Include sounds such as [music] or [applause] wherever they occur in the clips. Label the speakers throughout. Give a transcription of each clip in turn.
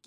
Speaker 1: เก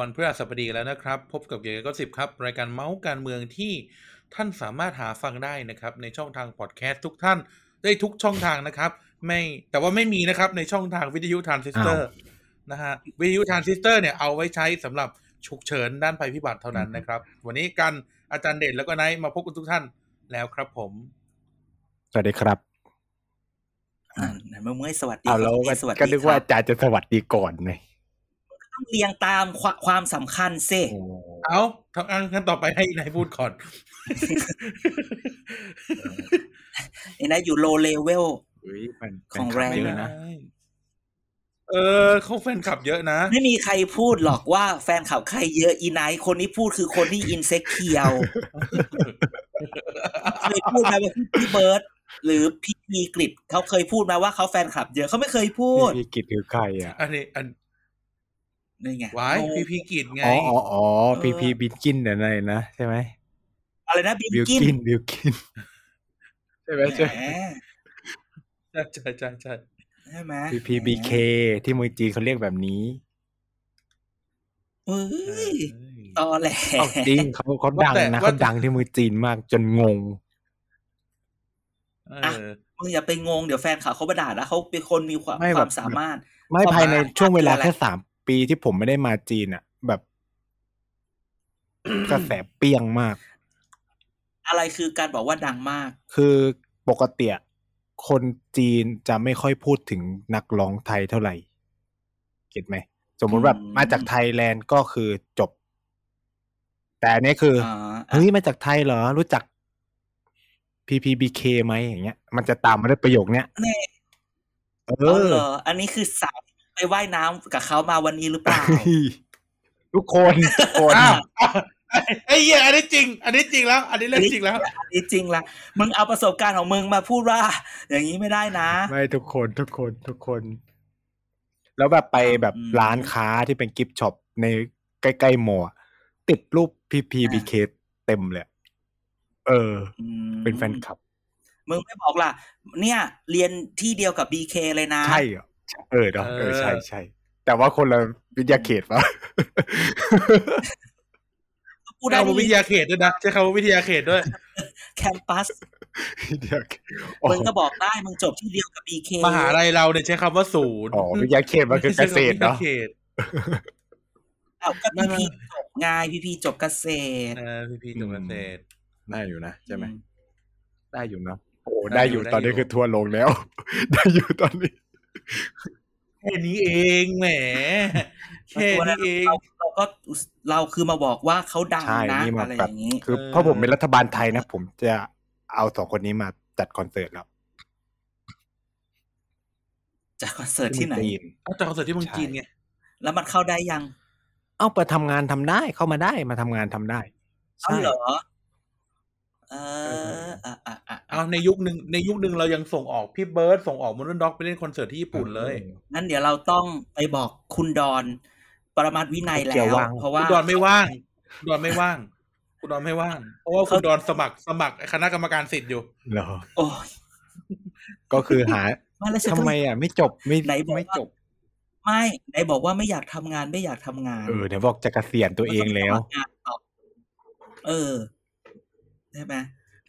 Speaker 2: วันพฤหัสบดีแล้วนะครับ พบกับเกียร์ก็สิบครับ รายการเมาส์การเมืองที่ท่านสามารถหาฟังได้นะครับ ในช่องทางพอดแคสต์ทุกท่านได้ทุกช่องทางนะครับ ไม่แต่ว่าไม่มีนะครับในช่องทางวิทยุทรานซิสเตอร์นะฮะวิทยุทรานซิสเตอร์เนี่ยเอาไว้ใช้สำหรับฉุกเฉินด้านภัยพิบัติเท่านั้นนะครับ วันนี้กันอาจารย์เดชแล้วก็ไนท์มาพบกันทุกท่านแล้วครับผม
Speaker 3: สวัสดีครับ
Speaker 4: อ่าไหนเมื่อเมื่อสวัสดี
Speaker 3: เอาแล้วก็
Speaker 4: ครับสวัสดี
Speaker 3: ก็นึกว่า
Speaker 4: ครับ
Speaker 3: อาจารย์จะสวัสดีก่อนไง
Speaker 4: ต้องเรียงตามควความสำคัญเซ
Speaker 2: เอาทางอันขั้นต่อไปให้ไนท์พูดก่อน
Speaker 4: ไอ้นะอยู่โลเลเวล
Speaker 3: อุ๊ยมันมัน
Speaker 4: ของแรง
Speaker 3: เยอะนะ
Speaker 2: เออเขาแฟนคลับเยอะนะ
Speaker 4: ไม่มีใครพูดหรอกว่าแฟนข่าวใครเยอะอีไนท์คนที่พูดคือคนที่อินเซ็กเคียว [laughs] เคยพูดไหมว่าพี่เบิร์ดหรือพี่มีกริดเขาเคยพูดไหมาว่าเขาแฟนคลับเยอะเขาไม่เคยพูด
Speaker 3: พี่กิจคือใครอ่ะ
Speaker 2: อันนี้อัน
Speaker 4: นี่ไง
Speaker 2: วาย
Speaker 4: โอ้
Speaker 2: พีพีกิจไง
Speaker 3: อ๋ออ๋ออ๋อ
Speaker 4: เออ
Speaker 3: พีพีบิลกินเนี่ยอะไรนะใช่ไหม
Speaker 4: อะไรนะบิ
Speaker 3: บิล
Speaker 4: ลกิน
Speaker 3: กินบิลกินใช่ไหมใช่
Speaker 4: แหม
Speaker 2: ใช่ใช่ใช่ใช่
Speaker 4: ใช่ไหม
Speaker 3: พีพีบีเคที่เมืองจีนเขาเรียกแบบนี้
Speaker 4: เอ้ย
Speaker 2: เอ้ย
Speaker 4: ตอแหล
Speaker 3: เอาจริงเขาเขาดัง
Speaker 2: ว่าแต่
Speaker 3: นะ
Speaker 2: ว่า
Speaker 3: เขาดังที่เมืองจีนมากจนงง
Speaker 2: เออ
Speaker 4: มึงอย่าไปงงเดี๋ยวแฟนข่าวเขาประด่านะเขาเป็นคนมีความ
Speaker 3: ไม่
Speaker 4: ความ
Speaker 3: แบบ
Speaker 4: สามารถ
Speaker 3: ไม่
Speaker 4: ประมาณ
Speaker 3: ภายในช่วงเวลา
Speaker 4: เดือนละ
Speaker 3: แค่สามปีที่ผมไม่ได้มาจีนอ่ะ แบบ กระแสเปรี้ยงมาก
Speaker 4: อะไรคือการบอกว่าดังมาก
Speaker 3: คือปกติอะคนจีนจะไม่ค่อยพูดถึงนักร้องไทยเท่าไหร่ เก็ตไหม สมมุติแบบ
Speaker 4: อืม
Speaker 3: มาจากไทยแลนด์ก็คือจบ แต่อันนี้คืออ
Speaker 4: อ่า
Speaker 3: เฮ้ยมาจากไทยเหรอ รู้จัก PPBK ไหมอย่างเงี้ย มันจะตามมาด้วยประโยคเนี้ย
Speaker 4: เนี่ย
Speaker 3: เอ
Speaker 4: เออ
Speaker 3: อ
Speaker 4: เหรออันนี้คือสาวไปว่ายน้ำกับเขามาวันนี้หรือเปล่า
Speaker 3: ทุกคนทุกคน
Speaker 2: อ้าวไอ้เหี้ยอันนี้จริง อันนี้จริงแล้ว อันนี้เรื่องจริงแล้ว
Speaker 4: อันนี้จริงละมึงเอาประสบการณ์ของมึงมาพูดว่า อย่างนี้ไม่ได้นะ
Speaker 3: [laughs] ไม่ทุกคนทุกคนทุกคน แล้วแบบไปแบบ
Speaker 4: อืม
Speaker 3: ร้านค้าที่เป็นกิฟต์ช็อปในใกล้ๆมอติดรูป PPBK เต็มเลย เออ
Speaker 4: อืม
Speaker 3: เป็นแฟนคลับ
Speaker 4: มึงไม่บอกล่ะ เนี่ย เรียนที่เดียวกับบีเคเลยนะ
Speaker 3: ใช่เหรอเออเนอะเออ
Speaker 2: เออ
Speaker 3: ใช่ใช่แต่ว่าคนละวิทยาเขตปะ
Speaker 4: พูดได้
Speaker 2: เอาวิทยาเขตด้วยนะใช้คำว่าวิทยาเขตด้วย
Speaker 4: แคมปัส
Speaker 3: วิทยาเขตอ๋อ
Speaker 4: มึงก็บอกได้มึงจบที่เดียวกับบีเค
Speaker 2: มหาลัยเราเนี่ยใช้คำว่าศูนย์
Speaker 3: อ๋อวิทยาเขตมันคือเก
Speaker 2: ใช้
Speaker 3: ษ
Speaker 2: คำว่าวิทยา
Speaker 3: ตรเนาะ
Speaker 2: เขต
Speaker 4: เอาก็พีพีจบไงพีพีจบเกษตร
Speaker 2: เออพีพีจบเกษตร
Speaker 3: ได้อยู่นะใช่ไหมได้อยู่นะโอ้
Speaker 2: ได้
Speaker 3: ได้
Speaker 2: อ
Speaker 3: อยู่ ยู่ตอนนี้
Speaker 2: ได้อยู่
Speaker 3: คือทัวร์ลงแล้ว [laughs] ได้อยู่ตอนนี้
Speaker 2: แค่นี้เองแหมแค่นี้เอง
Speaker 4: เราเราก็อุตสเราคือมาบอกว่าเขาดัง
Speaker 3: ใช่
Speaker 4: นะ
Speaker 3: นี่มา
Speaker 4: อะไรอ
Speaker 3: แบบ
Speaker 4: ย่างนี้
Speaker 3: คือ
Speaker 2: เออ
Speaker 3: เพราะผมเป็นรัฐบาลไทยนะ ผมจะเอาสองคนนี้มาจัดคอนเสิร์ตแล้ว
Speaker 4: จากคอนเสิร์ตที่ไหน
Speaker 3: จีน
Speaker 2: เอาจากคอนเสิร์ตที่เมืองจีนไง
Speaker 4: แล้วมันเข้าได้ยัง
Speaker 3: เอาไปทำงานทำได้เข้ามาได้มาทำงานทำได้
Speaker 4: เอา
Speaker 3: ใช่
Speaker 4: เหรอ เอออ่ะอ่ะอ่ะ
Speaker 2: เอาในยุคหนึ่งในยุคหนึ่งเรายังส่งออกพี่เบิร์ดส่งออกมอนต์ด็อกไปเล่นคอนเสิร์ตที่ญี่ปุ่นเลย
Speaker 4: งั้นเดี๋ยวเราต้องไปบอกคุณดอน ปรมัตถ์วินัยแล้
Speaker 3: เกี่ยว
Speaker 4: ว
Speaker 3: ว่าง
Speaker 4: เพราะ
Speaker 2: คุ
Speaker 4: ว่า
Speaker 2: ณดอนไม่ว่างคุณดอนไม่ว่างคุณดอนไม่ว่าง เพราะว่าคุณดอนสมัครสมัครคณะกรรมการสิทธิ์อยู่
Speaker 3: เหรอ
Speaker 4: โอ้ย
Speaker 3: ก็คือหา
Speaker 4: มาแล้วฉัน
Speaker 3: ทำ
Speaker 4: ก็
Speaker 3: ไมอ่ะ ไม่จบไม่
Speaker 4: ไหนบอกว่า
Speaker 3: ไม่จบ
Speaker 4: ไม่ไหนบอกว่าไม่อยากทำงานไม่อยากทำงาน
Speaker 3: เออเดี๋ยวบอกจะเกษียณตัวเองแล้ว
Speaker 4: มันก็ไม่ทำงานต่อเออใช่ไหม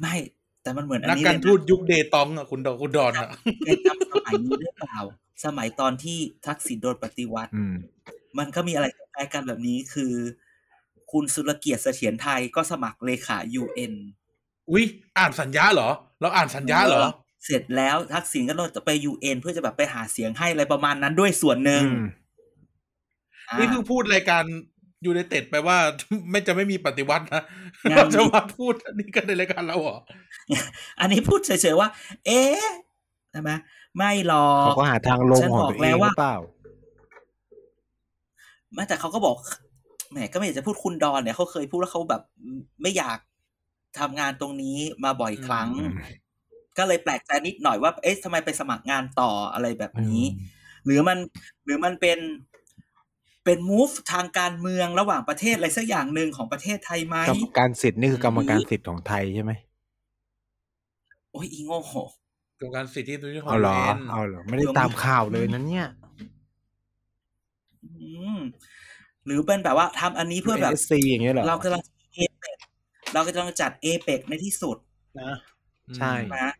Speaker 4: ไม่แต่มันเหมือนอัน
Speaker 2: นัก
Speaker 4: นี้
Speaker 2: การ
Speaker 4: เลยนะ
Speaker 2: ทูตยุคเดตองอ่ะคุณดอนคุณดอนอ่ะ
Speaker 4: ในจำสมัยนี้หรือเปล่า สมัยตอนที่ทักษิณโดนปฏิวัติ
Speaker 3: อืม
Speaker 4: มันก็มีอะไรคล้ายๆกันแบบนี้คือ คุณสุรเกียรติเสถียรไทยก็สมัครเลขายูเอ็น
Speaker 2: อุ้ยอ่านสัญญาเหรอ เราอ่านสัญญาเหรอ
Speaker 4: เสร็จแล้วทักษิณก็เลยไปยูเอ็นเพื่อจะแบบไปหาเสียงให้อะไรประมาณนั้นด้วยส่วนหนึ่งอ่า
Speaker 2: นี่เพิ่งพูดรายการยูไนเต็ดไปว่า [laughs] ไม่จะไม่มีปฏิวัตินะ
Speaker 4: งั้น
Speaker 2: เราจะมาพูดอันนี้กันในรายการเราเหรอ
Speaker 4: อันนี้พูดเฉยๆว่า เอ๊ะใช่ไหมไม่หรอ
Speaker 3: เขา
Speaker 4: ก
Speaker 3: ก็หาทางลง
Speaker 4: ฉัน
Speaker 3: ของ
Speaker 4: บอก
Speaker 3: ตัวเอง
Speaker 4: แล้ว
Speaker 3: ห
Speaker 4: ว่า
Speaker 3: รือเปล่า
Speaker 4: แม้แต่เขาก็บอก แหมก็ไม่อยากจะพูดคุณดอนเนี่ยเขาเคยพูดว่าเขาแบบไม่อยากทำงานตรงนี้มาบ่อยครั้ง
Speaker 3: อืม
Speaker 4: ก็เลยแปลกใจนิดหน่อยว่า เอ๊ะทำไมไปสมัครงานต่ออะไรแบบนี้ หรือมันหรือมันเป็นเป็นมูฟทางการเมืองระหว่างประเทศอะไรสักอย่างหนึ่งของประเทศไทยไหม
Speaker 3: กรรมการสิทธิ์นี่คือกรรมการ
Speaker 4: อืม
Speaker 3: สิทธิ์ของไทยใช่ไหม
Speaker 4: โอ้ยอีโง่
Speaker 2: กรรมการสิทธิมนุษยชน
Speaker 3: เอาเหรอ
Speaker 2: แมน
Speaker 3: เอาเหรอไม่ได้ตามข่าวเลยนั้นเนี่ย
Speaker 4: อืมหรือเป็นแบบว่าทำอันนี้เพื่อแบบ
Speaker 3: เอสซีอย่างเงี้ยเหรอ
Speaker 4: เรากำลังเอเปกเรากำลังจัดเอเปกในที่สุด
Speaker 3: นะ
Speaker 2: อืม
Speaker 3: ใช่
Speaker 4: นะ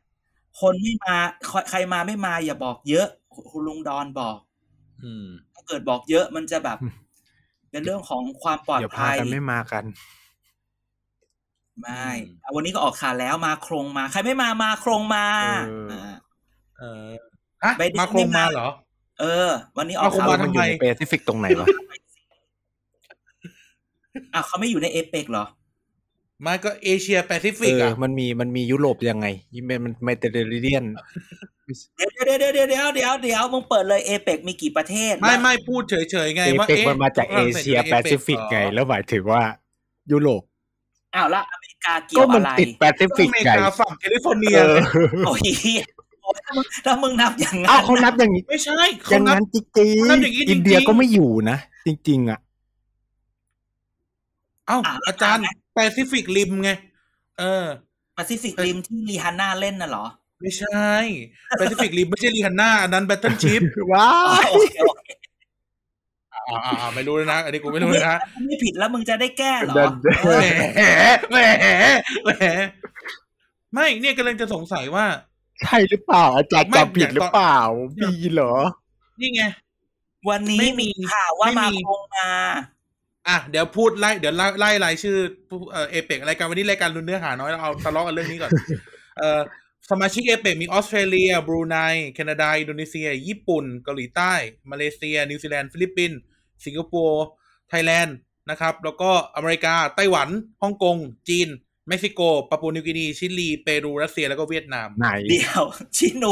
Speaker 4: คนไม่มาใครใครมาไม่มาอย่าบอกเยอะ คุณลุงดอนบอก
Speaker 2: อืม
Speaker 4: ถ้าเกิดบอกเยอะมันจะแบบ เป็นเรื่องของความปลอด
Speaker 3: เดี๋ยวพา
Speaker 4: ภัย
Speaker 3: กันไม่มากัน
Speaker 4: ไม่
Speaker 2: อืม
Speaker 4: อ่ะวันนี้ก็ออกข่าวแล้วมาโครงมา ใครไม่มามาโครงมา
Speaker 3: เอออ่
Speaker 4: า
Speaker 2: เออฮะ
Speaker 4: ไม่ได้
Speaker 2: มาโครง
Speaker 4: ไม่
Speaker 2: มา
Speaker 4: มา
Speaker 2: เหรอ
Speaker 4: เออ วันนี้ออ
Speaker 2: เอา
Speaker 4: ก
Speaker 2: โครง
Speaker 4: ข่าว
Speaker 2: มา
Speaker 3: มั
Speaker 2: ทำ
Speaker 3: นอ
Speaker 2: ไม
Speaker 3: ยู่ในแปซิฟิกตรงไหนวะ
Speaker 4: อ่ะเขาไม่อยู่ในเอเปกเหรอ
Speaker 2: มาก็เอเชียแปซิฟิ
Speaker 3: เอก อ
Speaker 2: อ่ะ
Speaker 3: มันมีมันมียุโรปยังไงมันมันเมดิเตอร์เรเนียน
Speaker 4: เดี๋ยวเดี๋ยวเดี๋ยวเดี๋ยวเดี๋ยวเดี๋ยวเดี๋ยวมึงเปิดเลยเอเปกมีกี่ประเทศ
Speaker 2: ไม่ไม่พูดเฉยๆไง
Speaker 3: เอ
Speaker 2: ว่า
Speaker 3: เปก
Speaker 2: อ๊ะ
Speaker 3: มันมาจาก
Speaker 2: ฝ
Speaker 3: เอ
Speaker 2: รั่งศส
Speaker 3: เชีย
Speaker 2: ใน
Speaker 3: แป
Speaker 2: APEC
Speaker 3: ซิฟิกไง
Speaker 2: เหรอ
Speaker 3: แล้วหมายถึงว่ายุโรป
Speaker 4: อ้าวแล้วอเมริกาเกี่ย
Speaker 3: ก็
Speaker 4: ว
Speaker 3: มัน
Speaker 4: อะไร
Speaker 3: ติดแปซิฟิก
Speaker 2: อเมริ
Speaker 3: ไง
Speaker 2: กาฝั่งแคลิฟอร์เนีย
Speaker 3: เออ
Speaker 4: โอ้ยเหี้ยโอ้ยถ้ามึงถ้ามึงนับอย่าง
Speaker 3: อ้าว
Speaker 4: นั้
Speaker 3: น เขานับอย่างนี้
Speaker 2: ไม่ใช่
Speaker 3: อ
Speaker 2: เขา
Speaker 3: ย่าง
Speaker 2: นับ
Speaker 3: นั้นจริง
Speaker 2: เขานับอย่างนี้
Speaker 3: ๆอินเดีย
Speaker 2: จริงๆ
Speaker 3: ก็ไม่อยู่นะจริง ๆ อ่ะ
Speaker 2: เอ้าอาจารย์แปซิฟิกริมไง เออ
Speaker 4: แปซิฟิกริมที่รีฮาน่าเล่นน่ะเหรอ
Speaker 2: ไม่ใช่แปซิฟิกริมไม่ใช่รีฮันน่าอันนั้นแบทเทิลชิพ
Speaker 3: ว้า
Speaker 4: อ๋อ
Speaker 3: ว
Speaker 4: โอเคโอเค
Speaker 2: อ่าอ่าอ่าไม่รู้เลยนะ อันนี้กูไม่รู้เลยนะ
Speaker 4: ไม่ผิดแล้วมึงจะได้แก้เหรอ
Speaker 2: แหมแหมแหมไม่เนี่ยกำลังจะสงสัยว่า
Speaker 3: ใช่หรือเปล่า อาจารย์
Speaker 2: ไม่
Speaker 3: จำผิดหรือเปล่าบีเหรอ
Speaker 2: นี่ไง
Speaker 4: วันนี้
Speaker 2: ไม่มี
Speaker 4: มีข่าวว่า
Speaker 2: ไม่
Speaker 4: มา
Speaker 2: มี
Speaker 4: คงมา
Speaker 2: อ่ะเดี๋ยวพูดไล่เดี๋ยวไล่ไล่รายชื่อผู้เอ่อเอเปกรายการวันนี้รายการรุนเนื้อหาน้อยเราเอาทะเลาะกันเรื่องนี้ [laughs] ก่อน เอ่อสมาชิกเอเปกมีออสเตรเลีย บรูไน แคนาดา อินโดนีเซีย ญี่ปุ่น เกาหลีใต้ มาเลเซีย นิวซีแลนด์ ฟิลิปปินส์ สิงคโปร์ ไทยแลนด์นะครับ แล้วก็อเมริกา ไต้หวัน ฮ่องกง จีน เม็กซิโก ปาปัวนิวกินี ชิลี เปรู รัสเซีย แล้วก็เวียดนาม
Speaker 3: ไหน
Speaker 4: เดี๋ยวชิโน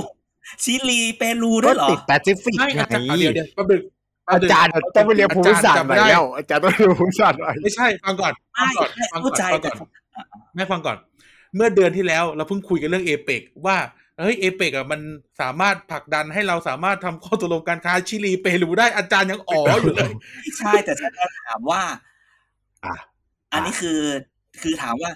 Speaker 4: ชิลีเปรูด้
Speaker 3: ก็
Speaker 4: วยเหรอ
Speaker 3: ติดแปซิฟิก
Speaker 2: ไม่
Speaker 3: ไง
Speaker 2: อาจารย์เอาเดี๋ยวเดี๋ยวแป๊บนึงแป๊บ
Speaker 3: อา
Speaker 2: นึง
Speaker 3: จารย์ต้องไปเรียนภูมิศาสตร์
Speaker 2: อจ
Speaker 3: หน่อ
Speaker 2: จำด้
Speaker 3: ยแล้วอาจารย์ต้องเรียนภูมิศาสตร์หน่อย
Speaker 2: ไม่ใช่ฟังก่อนฟั
Speaker 4: ไม่
Speaker 2: งก่อนฟังก่
Speaker 4: เข้า
Speaker 2: อน
Speaker 4: ใจ
Speaker 2: ฟัง
Speaker 4: แต่
Speaker 2: ก่อนแม่ฟังก่อน เมื่อเดือนที่แล้วเราเพิ่งคุยกันเรื่องเอเปกว่าเฮ้ยเอเปกอ่ะมันสามารถผลักดันให้เราสามารถทำข้อตกลงการค้าชิลีเปรูได้อาจารย์ยังอ๋ออยู่เลย [laughs]
Speaker 4: ไม่ใช่แต่ฉันจะถามว่า
Speaker 3: อ่ะ
Speaker 4: อันนี้คือคือถามว่า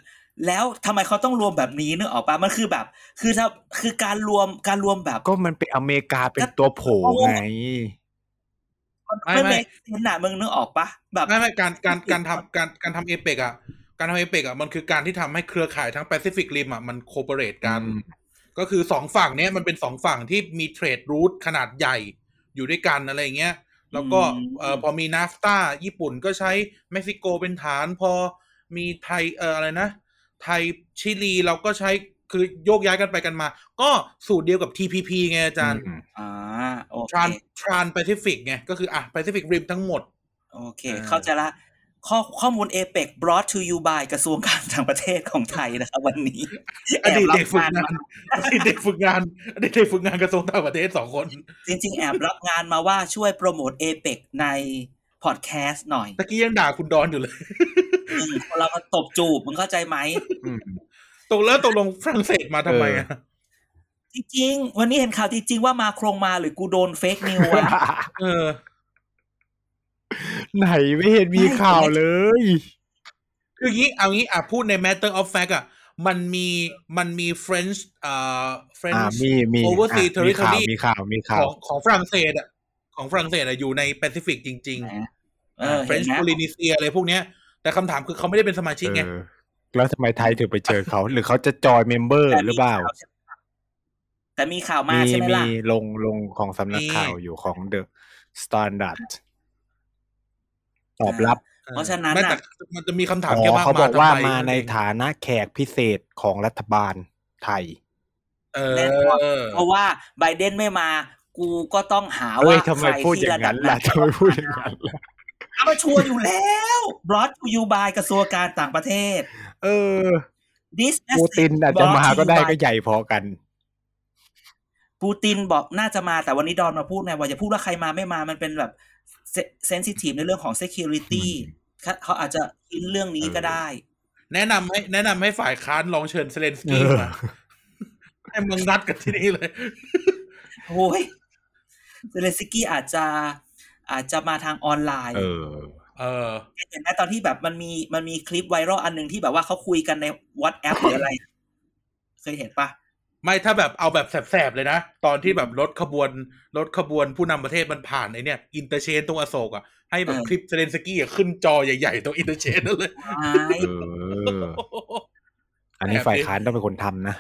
Speaker 4: แล้วทำไมเขาต้องรวมแบบนี้นึกออกปะมันคือแบบ คือถ้าคือการรวมการรวมแบบ
Speaker 3: ก็มันเป็นอเมริกาเป็นตัวโผล่ไง
Speaker 2: ไม่
Speaker 4: ไม่
Speaker 2: ไม่
Speaker 4: ไม่ขนาดมึงนึกออกปะแบบ
Speaker 2: ไม่ไม่การการการทำการการทำเอเปกอ่ะการทำเอเปกอ่ะมันคือการที่ทำให้เครือข่ายทั้งแปซิฟิกริมอ่ะมันโคเปเรตกัน
Speaker 3: อืม
Speaker 2: ก็คือสองฝั่งเนี้ยมันเป็นสองฝั่งที่มีเทรดรูทขนาดใหญ่อยู่ด้วยกันอะไรอย่างเงี้ย แล้วก็เอ่อพอมีนาฟตาญี่ปุ่นก็ใช้เม็กซิโกเป็นฐาน พอมีไทยเอ่ออะไรนะ ไทยชิลีเราก็ใช้คือโยกย้ายกันไปกันมา ก็สูตรเดียวกับ TPP ไงอาจารย์
Speaker 3: อืม
Speaker 4: อ่าโอเค
Speaker 2: ทรานทรานแปซิฟิกไง ก็คืออ่ะแปซิฟิกริมทั้งหมด
Speaker 4: โอเค
Speaker 2: อ่า
Speaker 4: เข้าใจละข้อข้อมูลเอเปก brought to you by กระทรวงการต่างประเทศของไทยนะครับวันนี้
Speaker 2: [laughs] อดีตเด็กฝึก
Speaker 4: มาง
Speaker 2: านอดีตเด็กฝึกงานอดีตเด็กฝึกงานกระทรวงต่างประเทศสองคน
Speaker 4: จริง ๆ แอบรับงานมาว่าช่วยโปรโมทเอเปกในพอดแคสต์
Speaker 2: [laughs]
Speaker 4: หน่อย
Speaker 2: ตะกี้ยังด่าคุณดอนอยู่เลย
Speaker 4: อืมคนเราก็ตบจูบมึงเข้าใจไหม
Speaker 2: ตกแล้วตกลงฝรั่งเศสมาทำไมอ่ะ
Speaker 4: จริง ๆ วันนี้เห็นข่าวจริง ๆ ว่ามาโครงมาหรือกูโดนเฟกนิววะ
Speaker 2: เออ
Speaker 3: ไหนไม่เห็นมีข่าวเลย
Speaker 2: คืออย่างงี้เอางี้อ่ะพูดใน matter of fact อ่ะมันมีมันมี French เอ่อ
Speaker 3: อ่า
Speaker 2: French
Speaker 3: มีมีอ่ะ
Speaker 2: Overseas
Speaker 3: มีข่าว
Speaker 2: Territory
Speaker 3: มีข่าวมีข่า
Speaker 2: ข
Speaker 3: ว
Speaker 2: องของฝรั่งเศสอ่ะของฝรั่งเศสอ่ะอยู่ในแปซิฟิกจริง
Speaker 4: แหม
Speaker 2: ๆ
Speaker 4: เอ
Speaker 2: อ่า
Speaker 4: อ
Speaker 2: French
Speaker 4: เห็นไหม
Speaker 2: Polynesia อะไรพวกเนี้ย แต่คำถามคือเขาไม่ได้เป็นสมาชิกไง
Speaker 3: เออ แล้วทำไมไทยถึงไปเจอเขา หรือเขาจะจอยเมมเบอร์หรือเปล่า
Speaker 4: แต่มีข่าวมา
Speaker 3: มี
Speaker 4: ใช่ไหม
Speaker 3: มี
Speaker 4: ล่ะ
Speaker 3: ลงลงของสำนักข่าวอยู่ของ The Standard ตอบรับ
Speaker 2: ออ
Speaker 4: เพราะฉะนั้น
Speaker 2: ไม่แต่
Speaker 4: น่ะ
Speaker 2: มันจะมีคำถาม
Speaker 3: อ๋
Speaker 2: แค่
Speaker 3: อ
Speaker 2: ว่า
Speaker 3: เขาบอก
Speaker 2: ทำไ
Speaker 3: ว่ามาใน
Speaker 2: เอ
Speaker 3: ฐานะแขกพิเศษของรัฐบาลไทย
Speaker 2: เอ
Speaker 4: แน่นอน
Speaker 2: อ
Speaker 4: เพราะว่าไบเดนไม่มากูก็ต้องหา
Speaker 3: เอ้
Speaker 4: ว่าย
Speaker 3: ทำไม
Speaker 4: ใคร
Speaker 3: พูดอ
Speaker 4: ที่
Speaker 3: ย่า
Speaker 4: ระ
Speaker 3: ง
Speaker 4: ดั
Speaker 3: นั้
Speaker 4: บ
Speaker 3: น
Speaker 4: ไหน
Speaker 3: ล่ะทำไมพูดอย่างนั้นล่ะ
Speaker 4: เอามาชัวร์อยู่แล้ว บล็อตยูบายกระทรวงการต่างประเทศ
Speaker 3: เออ
Speaker 4: This
Speaker 3: ปูตินอาจจะมาก็ได้ก็ใหญ่พอกัน
Speaker 4: ปูตินบอกน่าจะมาแต่วันนี้ดอนมาพูดไงว่าอย่าพูดว่าใครมาไม่มามันเป็นแบบเซนซิทีฟในเรื่องของ security เขาอาจจะทิ้งเรื่องนี้ก็ได้
Speaker 2: แนะนำให้แนะนำให้ฝ่ายค้านลองเชิญเซเลนสกี้
Speaker 3: เออ
Speaker 2: มา [laughs] ให้มึงนัดกันที่นี่เลย
Speaker 4: โอ้ยเซเลนสกี้อาจจะอาจจะมาทางออนไลน์
Speaker 3: เออ
Speaker 2: เออ
Speaker 4: เห็นไหมตอนที่แบบมันมีมันมีคลิปไวรัลอันหนึ่งที่แบบว่าเขาคุยกันในวัตแอ
Speaker 3: [laughs]
Speaker 4: ปหรืออะไร เคยเห็นปะ
Speaker 2: ไม่ถ้าแบบเอาแบบแสบๆเลยนะ ตอนที่แบบรถขบวนรถขบวนผู้นำประเทศมันผ่านไอเนี่ยอินเตอร์เชนตรงอโศกอ่ะให้แบบคลิปเซเลนสกี้อะขึ้นจอใหญ่ๆตรงอินเตอร์เชนนั่นเลย [laughs]
Speaker 4: ไม้
Speaker 3: เออ อันนี้ฝ่ายค้านต้องเป็นคนทำนะ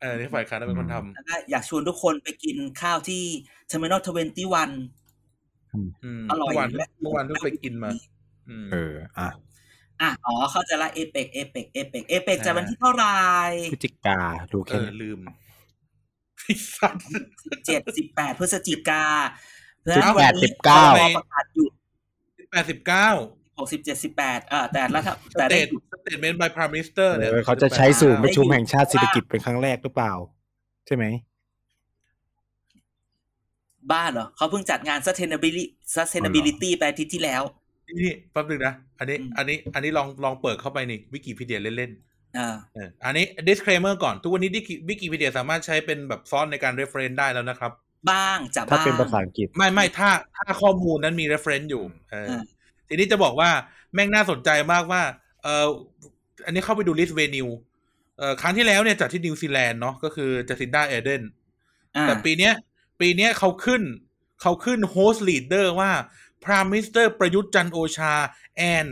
Speaker 2: เออนี่ฝ่ายค้านเป็นคนทำ
Speaker 4: แล้วก็อยากชวนทุกคนไปกินข้าวที่ Terminal 21
Speaker 2: อืม
Speaker 4: อร่อย
Speaker 2: เมื่อวาน
Speaker 4: และ
Speaker 2: เมื่อวานเพิ่งไปกินมา อืม
Speaker 3: เออ อ่ะ
Speaker 4: อ่ะอ๋อ เข้าใจละเอเปกเอเปกเอเปกเอเปกจะวันที่เท่าไหร่
Speaker 3: พฤศจิกาดู
Speaker 2: เอ
Speaker 3: แค่
Speaker 2: อ
Speaker 3: นี้
Speaker 2: ลืม [laughs] ไอ้สัตว์
Speaker 4: เจ็ดสิบแปดพฤศจิกา
Speaker 3: สิบ
Speaker 4: แล้ว
Speaker 3: แป
Speaker 4: วัน
Speaker 3: ดสิ
Speaker 4: นี้
Speaker 3: บเก้า
Speaker 2: ไป
Speaker 4: ประกาศหยุด
Speaker 2: แปดสิบเก้า
Speaker 4: หกสิบเจ็ดสิบแปดอ่าแต่ละถ้า
Speaker 2: ส
Speaker 4: แต่
Speaker 2: เต
Speaker 4: ได้
Speaker 2: ท
Speaker 4: หยุด
Speaker 2: สเตทเมนต์บายพรามิสเตอร์เนี่ย
Speaker 3: เออเขาจะใช้สูตรประชุมแห่งชาติเศรษฐกิจเป็นครั้งแรกหรือเปล่า ใช่ไหม
Speaker 4: บ้านเหรอเขาเพิ่งจัดงาน sustainability sustainability ไปอาทิตย์ที่แล้ว
Speaker 2: นี่แป๊บนึงนะ อันนี้
Speaker 4: อืม
Speaker 2: อันนี้ อันนี้ลองลองเปิดเข้าไปนี่วิกิพีเดียเล่น
Speaker 4: เออ
Speaker 2: ๆเอออันนี้ disclaimer ก่อน ทุกวันนี้วิกิพีเดียสามารถใช้เป็นแบบฟอนต์ในการ reference ได้แล้วนะครับ
Speaker 4: บ้างจะ
Speaker 3: ถ้า
Speaker 4: บ้าง
Speaker 3: เป็นภาษาอังกฤษ
Speaker 2: ไม่ไม่ถ้าถ้าข้อมูลนั้นมี reference อยู่เอออา ทีนี้จะบอกว่าแม่งน่าสนใจมากว่า เอออันนี้เข้าไปดู list venue เอ่อครั้งที่แล้วเนี่ยจัดที่นิวซีแลนด์เนาะก็คือจัสินดาเอเดน
Speaker 4: อ่า
Speaker 2: แต่ปีเนี้ย ปีเนี้ยเขาขึ้น เขาขึ้นโฮสต์ลีดเดอร์ว่าพราม m ิสเตอร์ประยุทธ์จันทร์โอชา แอน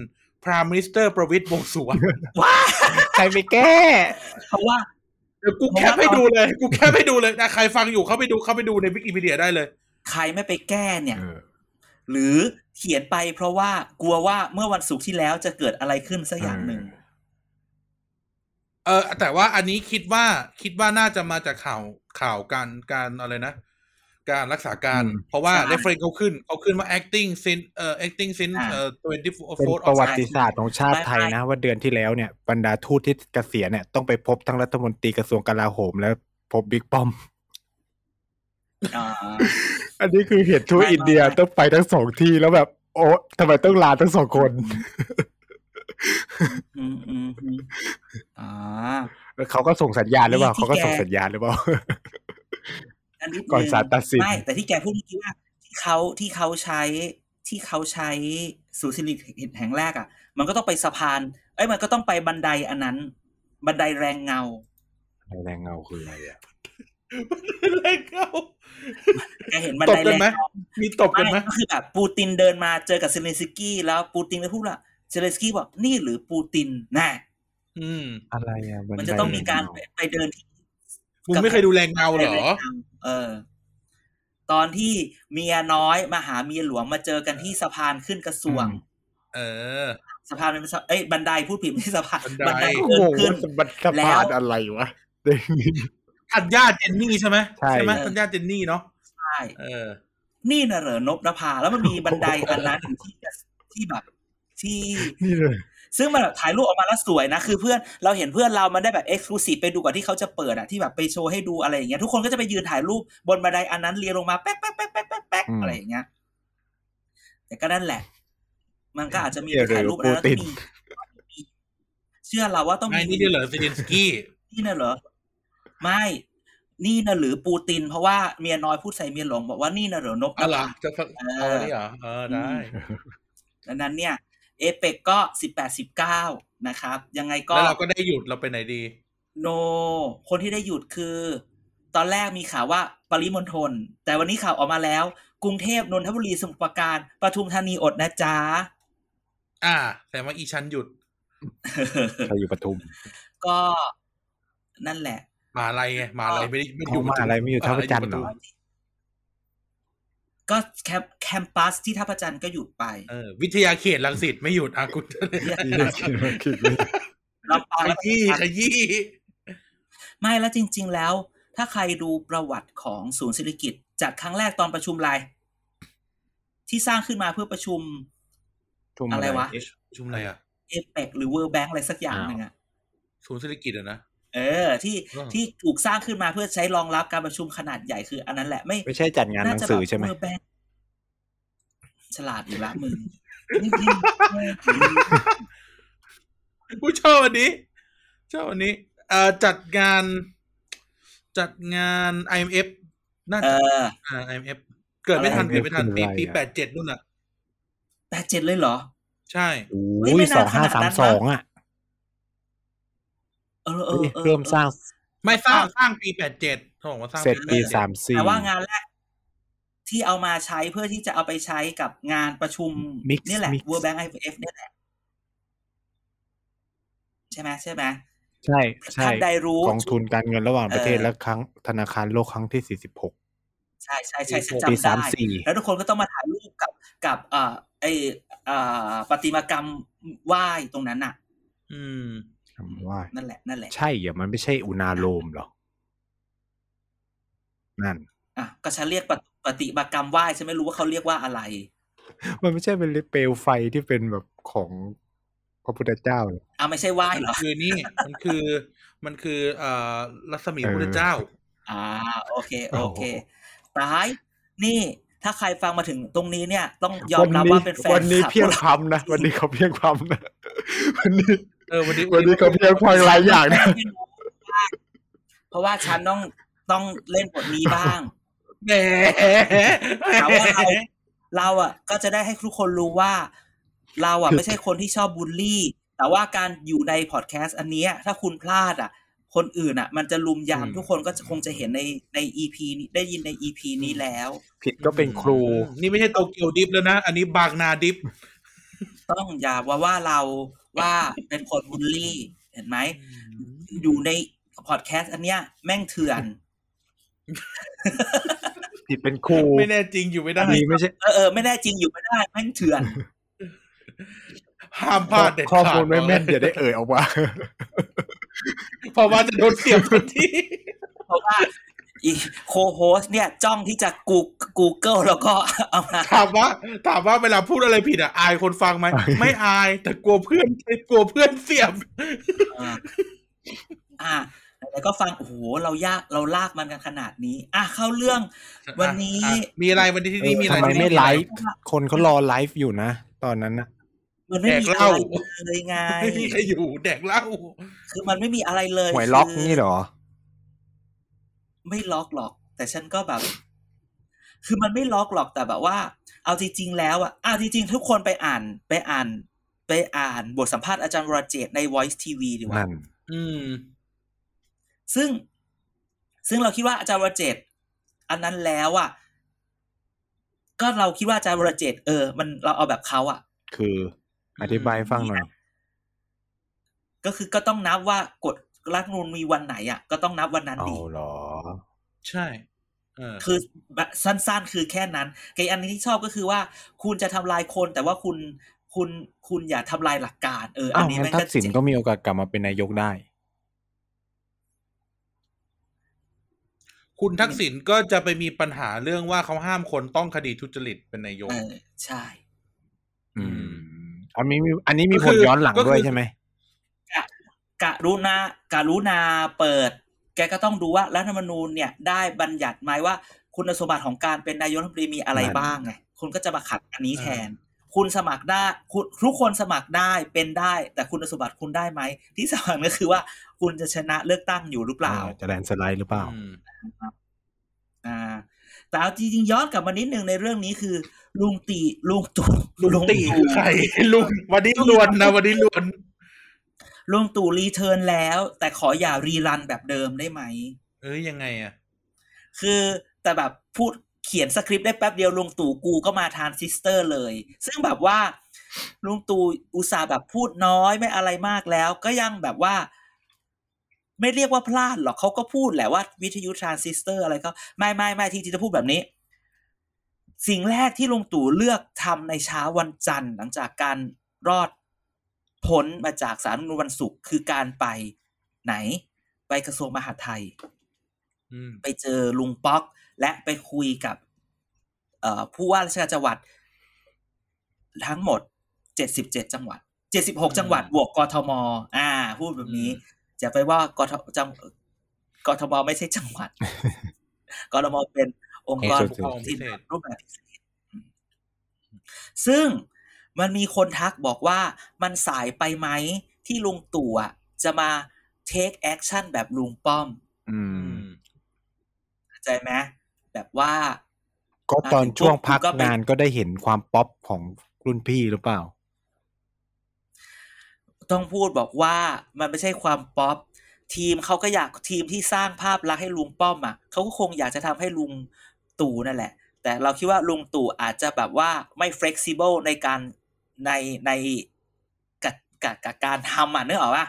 Speaker 2: พราม m ิสเตอร์ประวิตรวงษ์สุวรรณ
Speaker 3: ใครไปแก้
Speaker 4: เพราะว่า
Speaker 2: เดี๋ยวกูแคปให้ดูเลย กูแคปให้ดูเลยนะใครฟังอยู่เขาไปดูเขาไปดูในวิกิพีเดียได้เลย
Speaker 4: ใครไม่ไปแก้เนี่ย
Speaker 3: เออ
Speaker 4: หรือเขียนไปเพราะว่ากลัวว่าเมื่อวันศุกร์ที่แล้วจะเกิดอะไรขึ้นสักอย่างหนึ่ง
Speaker 2: เออ แต่ว่าอันนี้คิดว่าคิดว่าน่าจะมาจากข่าวข่าวการการอะไรนะ การรักษาการ
Speaker 3: อืม
Speaker 2: เพราะว่า
Speaker 4: ใช่
Speaker 2: เรฟเฟนเขาขึ้นเขาขึ้นมา acting since เอ่อ acting since
Speaker 4: อ่า
Speaker 2: เอ่อ twenty
Speaker 3: เป็น
Speaker 2: four
Speaker 3: ประวัติศาสตร์ของชาติไทยนะ ว่าเดือนที่แล้วเนี่ยบรรดาทูตที่เกษียณเนี่ยต้องไปพบทั้งรัฐมนตรีกระทรวงกลาโหมและพบบิ๊กป้อม
Speaker 4: อ่า
Speaker 3: อันนี้คือเหตุทูต
Speaker 4: ไม่
Speaker 3: อินเดีย
Speaker 4: ไม่
Speaker 3: [laughs] ต้องไปทั้งสองที่แล้วแบบ โอ้ทำไมต้องลาทั้งสองคน
Speaker 4: อืมอืมอืมอ่า
Speaker 3: เขาก็ส่งสัญญาณหรือเปล่า
Speaker 4: ที่
Speaker 3: เขาก็
Speaker 4: แก
Speaker 3: ส่งสัญญาณหรือเปล่า
Speaker 4: อันนี้
Speaker 3: ก่อนศาลตัดสิน
Speaker 4: ไม่แต่ที่แกพูดเมื่อกี้ว่าที่เขาที่เขาใช้ที่เขาใช้สูสิริแห่งแรกอ่ะ มันก็ต้องไปสะพาน เอ้ยมันก็ต้องไปบันไดอันนั้น บันไดแรงเงา
Speaker 3: แรงเงาคืออะไรอ่ะ
Speaker 2: เลยเขา
Speaker 4: แกเห็นบัน
Speaker 2: ตบ
Speaker 4: ได
Speaker 2: กัน
Speaker 4: แรง
Speaker 2: ไหม
Speaker 4: เงา
Speaker 2: มีตบกันไหม
Speaker 4: ไม่ก็คือแบบปูตินเดินมาเจอกับเซเลนสกี้แล้วปูตินก็พูดว่าเซเลนสกี้บอกนี่หรือปูตินนะ
Speaker 2: อืม
Speaker 3: อะไรอ่ะบัได
Speaker 4: มันจะต้องมีการไป
Speaker 3: แงเง
Speaker 4: ไปเดินที่
Speaker 2: มึงไม่เคยดูแรงเงาเหรอ
Speaker 4: เออ ตอนที่เมียน้อยมาหาเมียหลวงมาเจอกันที่สะพานขึ้นกระทรวง
Speaker 2: เออ
Speaker 4: สะพานเป็นสะเอ้ยบันไดพูดผิดไม่ใช่สะพาน
Speaker 2: บั
Speaker 4: บั
Speaker 2: น
Speaker 4: น
Speaker 2: ได
Speaker 4: ได
Speaker 3: โอ้โห
Speaker 4: เดินขึ้น
Speaker 3: มันสะพานอะไรวะ
Speaker 2: ทัญญาเจนนี่ใช่ไหม
Speaker 3: ใช่
Speaker 2: ไหม
Speaker 4: เออ
Speaker 2: ทัญญาเจนนี่เนาะ
Speaker 4: ใช่
Speaker 2: เออ
Speaker 4: นี่น่ะเหรอนบนภาแล้วมันมีบันไดอันนั้นอยู่ที่ที่แบบ ที่
Speaker 3: นี่เลย
Speaker 4: ซึ่งมันแบบถ่ายรูปออกมาแล้วสวยนะ คือเพื่อนเราเห็นเพื่อนเรามันได้แบบเอ็กซ์คลูซีฟไปดูกว่อนที่เขาจะเปิดอะที่แบบไปโชว์ให้ดูอะไรอย่างเงี้ยทุกคนก็จะไปยืนถ่ายรูปบนบันไดอันนั้นเรียงลงมาแป๊กแป๊กแป๊กแป๊กแป๊กแป๊ก
Speaker 3: อืม
Speaker 4: อะไรอย่างเงี้ยแต่ก็นั่นแหละ มันก็อาจจะมี
Speaker 3: เดี๋ยว
Speaker 4: ถ่ายรูปอันนั้น
Speaker 3: เดี๋
Speaker 4: ก็
Speaker 3: ยว
Speaker 4: มีเชื่อเราว่าต้อง
Speaker 2: ไอ้
Speaker 4: มี
Speaker 2: นี่เดี๋ยวเหรอเซเลนสกี้
Speaker 4: นี่นะเหรอไม่นี่นะหรือปูติน เพราะว่าเมียน้อยพูดใส่เมียหลวงบอกว่านี่นะเหรอนบ
Speaker 2: อ๋อเหรอจะฟัง
Speaker 4: เออ
Speaker 2: เอาอันนี้เหรอเออได้
Speaker 4: ดังนั้นเนี่ยเอเปกก็สิบแปดสิบเก้านะครับ ยังไงก็
Speaker 2: แล้วเราก็ได้หยุดเราไปไหนดี
Speaker 4: โน คนที่ได้หยุดคือ ตอนแรกมีข่าวว่าปริมณฑลแต่วันนี้ข่าวออกมาแล้ว กรุงเทพนนทบุรีสมุทรปราการปทุมธานีอดนะจ๊ะ [laughs]
Speaker 2: อ่า แต่ว่าอีชันหยุด
Speaker 3: ใครอยู่ปทุม
Speaker 4: ก็นั่นแหละ
Speaker 2: มหาอะไรไงมหาอะไรไม่ได้ไม่ได้
Speaker 3: อ
Speaker 2: อยู่ ยู่
Speaker 3: มาอะไรไม่อยู่ท่าพระจันทร์เหรอ
Speaker 4: ก็แคมแคมปัสที่ท่าพระจันทร์ก็หยุดไป
Speaker 2: เออวิทยาเขตรังสิตไม่หยุดอ่ะกูจะเลย
Speaker 4: เราปา
Speaker 2: ข
Speaker 4: แล้ว
Speaker 2: [laughs] ยี้ขยี้
Speaker 4: ไม่แล้วจริง ๆ แล้ว ถ้าใครดูประวัติของศูนย์เศรษฐกิจจัดครั้งแรกตอนประชุมลายที่สร้างขึ้นมาเพื่อประชุม อะไรวะ
Speaker 2: ประชุมอะไรอ่ะ
Speaker 4: เอเปกหรือเวิร์แบงอะไรสักอย่างหนึ่งอะ
Speaker 2: ศูนย์เศรษฐกิจอ่ะนะ
Speaker 4: เออที่
Speaker 2: ว้าว
Speaker 4: ที่ถูกสร้างขึ้นมาเพื่อใช้รองรับการประชุมขนาดใหญ่คืออันนั้นแหละไม่
Speaker 3: ไม่ใช่จัดงานหนังสือใช่ไหม
Speaker 4: น่าจะแบบ World Bank ฉลาดอยู่ละมึง จริงๆ
Speaker 2: ผู้ชอบอันนี้ชอบอันนี้เอ่อจัดงาน จัดงาน IMF น่า
Speaker 4: เอ
Speaker 2: จะ
Speaker 4: อ
Speaker 2: อ่า IMF เกิดไม่ทัน
Speaker 3: IMF
Speaker 2: เกิดไม่ทันปี
Speaker 3: เป็นไร
Speaker 2: ปี
Speaker 3: อะ
Speaker 2: แปดเจ็ดนู่นอ่ะ
Speaker 4: แปดเจ็ดเลยเหรอ
Speaker 2: ใช่
Speaker 3: โอ
Speaker 4: เฮ้ย้ ไม่
Speaker 3: ยส
Speaker 4: นา
Speaker 3: อน ง
Speaker 4: ข
Speaker 3: ห้า
Speaker 4: นาดนั้
Speaker 3: สานม
Speaker 4: นะ
Speaker 3: สองอ่ะ
Speaker 4: เออเออ
Speaker 3: เฮ้ย
Speaker 4: ออ
Speaker 3: เริ่มสร้าง
Speaker 2: ไม่สร้างสร้างปีแปดเจ็ดเขาบอกว่าสร้าง
Speaker 3: เสร็จปี
Speaker 2: 87
Speaker 3: สามสี่
Speaker 4: แต่ว่างานแรกที่เอามาใช้เพื่อที่จะเอาไปใช้กับงานประชุมนี่แหละ World Bank IMF เนี่ยแหละ ใช่ไหมใช่ไหม
Speaker 3: ใช่ใช่
Speaker 4: ท่านใดรู้
Speaker 3: กองทุนการเงินระหว่างประเทศ
Speaker 4: เออ
Speaker 3: และครั้งธนาคารโลกครั้งที่สี่สิบหก
Speaker 4: ใช่ใช่ใช่ฉัน
Speaker 3: ปี
Speaker 4: จำ
Speaker 3: สา
Speaker 4: ได้
Speaker 3: มสี่
Speaker 4: แล้วทุกคนก็ต้องมาถ่ายรูปกับกับเอ่อไอเอ่อประติมากรรมไหว้ตรงนั้นน่ะ
Speaker 2: อืม
Speaker 3: คำว่า
Speaker 4: นั่นแหละนั่นแหละ
Speaker 3: ใช่เหรอมันไม่ใช่อุณาโลมเหรอ นั่น
Speaker 4: อ่ะก็ฉันเรียกปฏิปฏิมากรรมไหว้ฉันไม่รู้ว่าเขาเรียกว่าอะไร
Speaker 3: มันไม่ใช่เป็นเปลวไฟที่เป็นแบบของพระพุทธเจ้าเหรอ
Speaker 4: อ่ะไม่ใช่ไหว้เหรอ
Speaker 2: คือนี่มันคือมันคือเอ่อรัศมี
Speaker 3: เออ
Speaker 2: พุทธเจ้า
Speaker 4: อ่าโอเคโอเคตายนี่ถ้าใครฟังมาถึงตรงนี้เนี่ย ต้องยอมรับว่าเป็นแฟนคลับ
Speaker 3: วันนี้เพียง
Speaker 4: พวก
Speaker 3: พำนะ
Speaker 4: [laughs]
Speaker 3: วันนี้เขาเพียงพำนะ วันนี้
Speaker 2: เออวันนี้
Speaker 3: วันนี้เขาเพียงพำหลายอย่างนะ
Speaker 4: ไม่รู้ว่าเพราะว่าฉันต้องต้องเล่นบทนี้บ้าง
Speaker 2: แหม
Speaker 4: ถามว่าเรา เราอ่ะ ก็จะได้ให้ทุกคนรู้ว่า เราอ่ะ ไม่ใช่คนที่ชอบบูลลี่ แต่ว่าการอยู่ในพอดแคสต์อันเนี้ย ถ้าคุณพลาดอ่ะ คนอื่นอ่ะ มันจะลุมยาม
Speaker 3: อืม
Speaker 4: ทุกคนก็จะคงจะเห็นในในอีพีนี้ได้ยินในอีพีนี้แล้ว
Speaker 3: [laughs] ผิ [laughs] ดก็เป็นครู
Speaker 2: นี่ไม่ใช่โตเกียวดิฟแล้วนะ อันนี้บางนาดิฟ
Speaker 4: ต้องอย่าว่าว่าเราว่าเป็นคนบูลลี่ เห็นไหม อยู่ในพอดแคสต์อันเนี้ย แม่งเถื่อน
Speaker 3: ผิดเป็นครู
Speaker 2: ไม่แน่จริงอยู่ไม่ได้
Speaker 3: นี่ไม่ใช่
Speaker 4: เออเออไม่แน่จริงอยู่ไม่ได้แม่งเถื่อน
Speaker 2: ห้ามพลาดเด็ด
Speaker 3: ข้อ
Speaker 2: ขาด
Speaker 3: มูลไม่แม่นอย่าได้เอ่ยออกมา
Speaker 2: เพราะว่าจะโดนเสียบทันที
Speaker 4: เพราะว่าอีโคโฮสเนี่ยจ้องที่จะกูกูเกิลแล้วก็เอามา
Speaker 2: ถามว่า ถามว่าเวลาพูดอะไรผิดอ่ะอายคนฟังไหม
Speaker 3: อาย
Speaker 2: ไม่อายแต่กลัวเพื่อนกลัวเพื่อนเสียบ
Speaker 4: อ่ะอ่ะแล้วก็ฟัง โอ้โห เรายาก เราลากมันกันขนาดนี้ อ่ะ เข้าเรื่อง วันนี้
Speaker 2: อ่ะมีอะไรวันนี้ที่นี่มีอะไร
Speaker 3: ทำไมไม่
Speaker 2: ที่นี่
Speaker 3: ไล
Speaker 2: อะร
Speaker 3: ฟ์คนเขารอไลฟ์อยู่นะ ตอนนั้นนะ
Speaker 4: มันไม่มี
Speaker 2: แดกเห
Speaker 4: อะ
Speaker 2: ล้า
Speaker 4: ไรเลยไง
Speaker 2: ไม่มีใครอยู่แดกเหล้า
Speaker 4: คือมันไม่มีอะไรเลย
Speaker 3: หวยล็อก
Speaker 4: คื
Speaker 3: นี่เหรอ
Speaker 4: ไม่ล็อกหรอก แต่ฉันก็แบบ คือมันไม่ล็อกหรอก แต่แบบว่า เอาจริง ๆ แล้วอ่ะเอาจริง ๆ ทุกคนไปอ่าน ไปอ่าน ไปอ่านบทสัมภาษณ์อาจารย์วรเจตน์ใน Voice TV ดีกว่า
Speaker 3: นั่น
Speaker 2: อืม
Speaker 4: ซึ่งซึ่งเราคิดว่าอาจารย์วรเจตน์อันนั้นแล้วอ่ะ ก็เราคิดว่าอาจารย์วรเจตน์เออมันเราเอาแบบเขาอ่ะ
Speaker 3: คืออธิบายให้ฟังหน่อย
Speaker 4: ก็คือก็ต้องนับว่ากฎรัฐธรรมนูญมีวันไหนอ่ะ ก็ต้องนับวันนั้น
Speaker 3: เอา
Speaker 4: ดี
Speaker 3: เหรอ
Speaker 2: ใช่เออ
Speaker 4: คือสั้นๆคือแค่นั้นไอ้อันนี้ที่ชอบก็คือว่า คุณจะทำลายคนแต่ว่าคุณคุณคุณอย่าทำลายหลักการเอออั
Speaker 3: อ้าน ว
Speaker 4: นี้
Speaker 3: งั้น
Speaker 4: แม่ง
Speaker 3: ทั
Speaker 4: ก็
Speaker 3: กษิณ
Speaker 4: เจ๋ง
Speaker 3: ก็มีโอกาสกลับมาเป็นนายกได้
Speaker 2: คุณทักษิณก็จะไปมีปัญหาเรื่องว่าเขาห้ามคนต้องคดีทุจริตเป็นนายก
Speaker 4: เออใช่
Speaker 3: อื
Speaker 2: อื
Speaker 3: ม
Speaker 2: ม
Speaker 3: อันนี้มีอันนี้มี
Speaker 2: ก็
Speaker 3: ผ
Speaker 2: คื
Speaker 3: ล
Speaker 2: อ
Speaker 3: ย้อนหลัง
Speaker 2: ก็คือ
Speaker 3: ด้วยใช่ไหม
Speaker 4: กรุณากรุณาเปิด แกก็ต้องดูว่ารัฐธรรมนูญเนี่ย ได้บัญญัติไหมว่าคุณสมบัติของการเป็นนายกรัฐมนตรีมีอะไร
Speaker 3: นั่น
Speaker 4: บ้างไงคุณก็จะมาขัดอันนี้แทน คุณสมัครได้คุณทุกคนสมัครได้เป็นได้ แต่คุณสมบัติคุณได้ไหมที่สำคัญก็คือว่าคุณจะชนะเลือกตั้งอยู่หรือเปล่า
Speaker 3: เออจะแลนด์สไลด์หรือเปล่า
Speaker 2: อืม
Speaker 4: อ่า แต่เอาจริงๆย้อนกลับมานิดนึงในเรื่องนี้คือ ลุงตีลุงตู่ลุง
Speaker 2: ตี
Speaker 4: ตู่
Speaker 2: คือใครลุงวันนี้ลวนนะวันนี้ลวน
Speaker 4: ลุงตู่รีเทิร์นแล้ว แต่ขออย่ารีรันแบบเดิมได้ไหม
Speaker 2: เอ้ยยังไงอ่ะ
Speaker 4: คือแต่แบบพูดเขียนสคริปต์ได้แป๊บเดียวลุงตู่กูก็มาทานซิสเตอร์เลย ซึ่งแบบว่าลุงตู่อุตส่าห์แบบพูดน้อยไม่อะไรมากแล้ว ก็ยังแบบว่า ไม่เรียกว่าพลาดหรอกเขาก็พูดแหละว่าวิทยุทรานซิสเตอร์อะไรก็ไม่ไม่ไม่ที่จริงจะพูดแบบนี้ สิ่งแรกที่ลุงตู่เลือกทำในเช้าวันจันทร์ หลังจากการรอดพ้นมาจากสารรัฐธรรมนูญวันศุกร์คือการไปไหน ไปกระทรวงมหาดไทย
Speaker 2: อืม
Speaker 4: ไปเจอลุงป๊อกและไปคุยกับ เอ่อผู้ว่าราชการจังหวัด ทั้งหมดเจ็ดสิบเจ็ดจังหวัดเจ็ดสิบหกจังหวัดบวกกทม อ่า พูดแบบนี้จะไปว่ากทจังกทมไม่ใช่จัง [laughs] หวัด กทมเป็นองค์กร
Speaker 3: องค์กร
Speaker 4: ปกครองท้่น
Speaker 2: พิเศษ
Speaker 4: รูปแบบพิเศษซึ่ง มันมีคนทักบอกว่ามันสายไปไหมที่ลุงตู่อะจะมา take action แบบลุงป้อม
Speaker 3: อื
Speaker 2: อืม
Speaker 3: ม
Speaker 4: เข้าใจไหมแบบว่า
Speaker 3: ก็ตอนช่วงพัก
Speaker 4: ก็เป็น
Speaker 3: งานก็ได้เห็นความป๊อปของรุ่นพี่หรือเปล่า
Speaker 4: ต้องพูดบอกว่ามันไม่ใช่ความป๊อปทีมเขาก็อยากทีมที่สร้างภาพลักษณ์ให้ลุงป้อมอ่ะเขาก็คงอยากจะทำให้ลุงตู่นั่นแหละ แต่เราคิดว่าลุงตู่อาจจะแบบว่าไม่ flexible ในการในในกับกับกับการทำอ่ะนึกออกปะ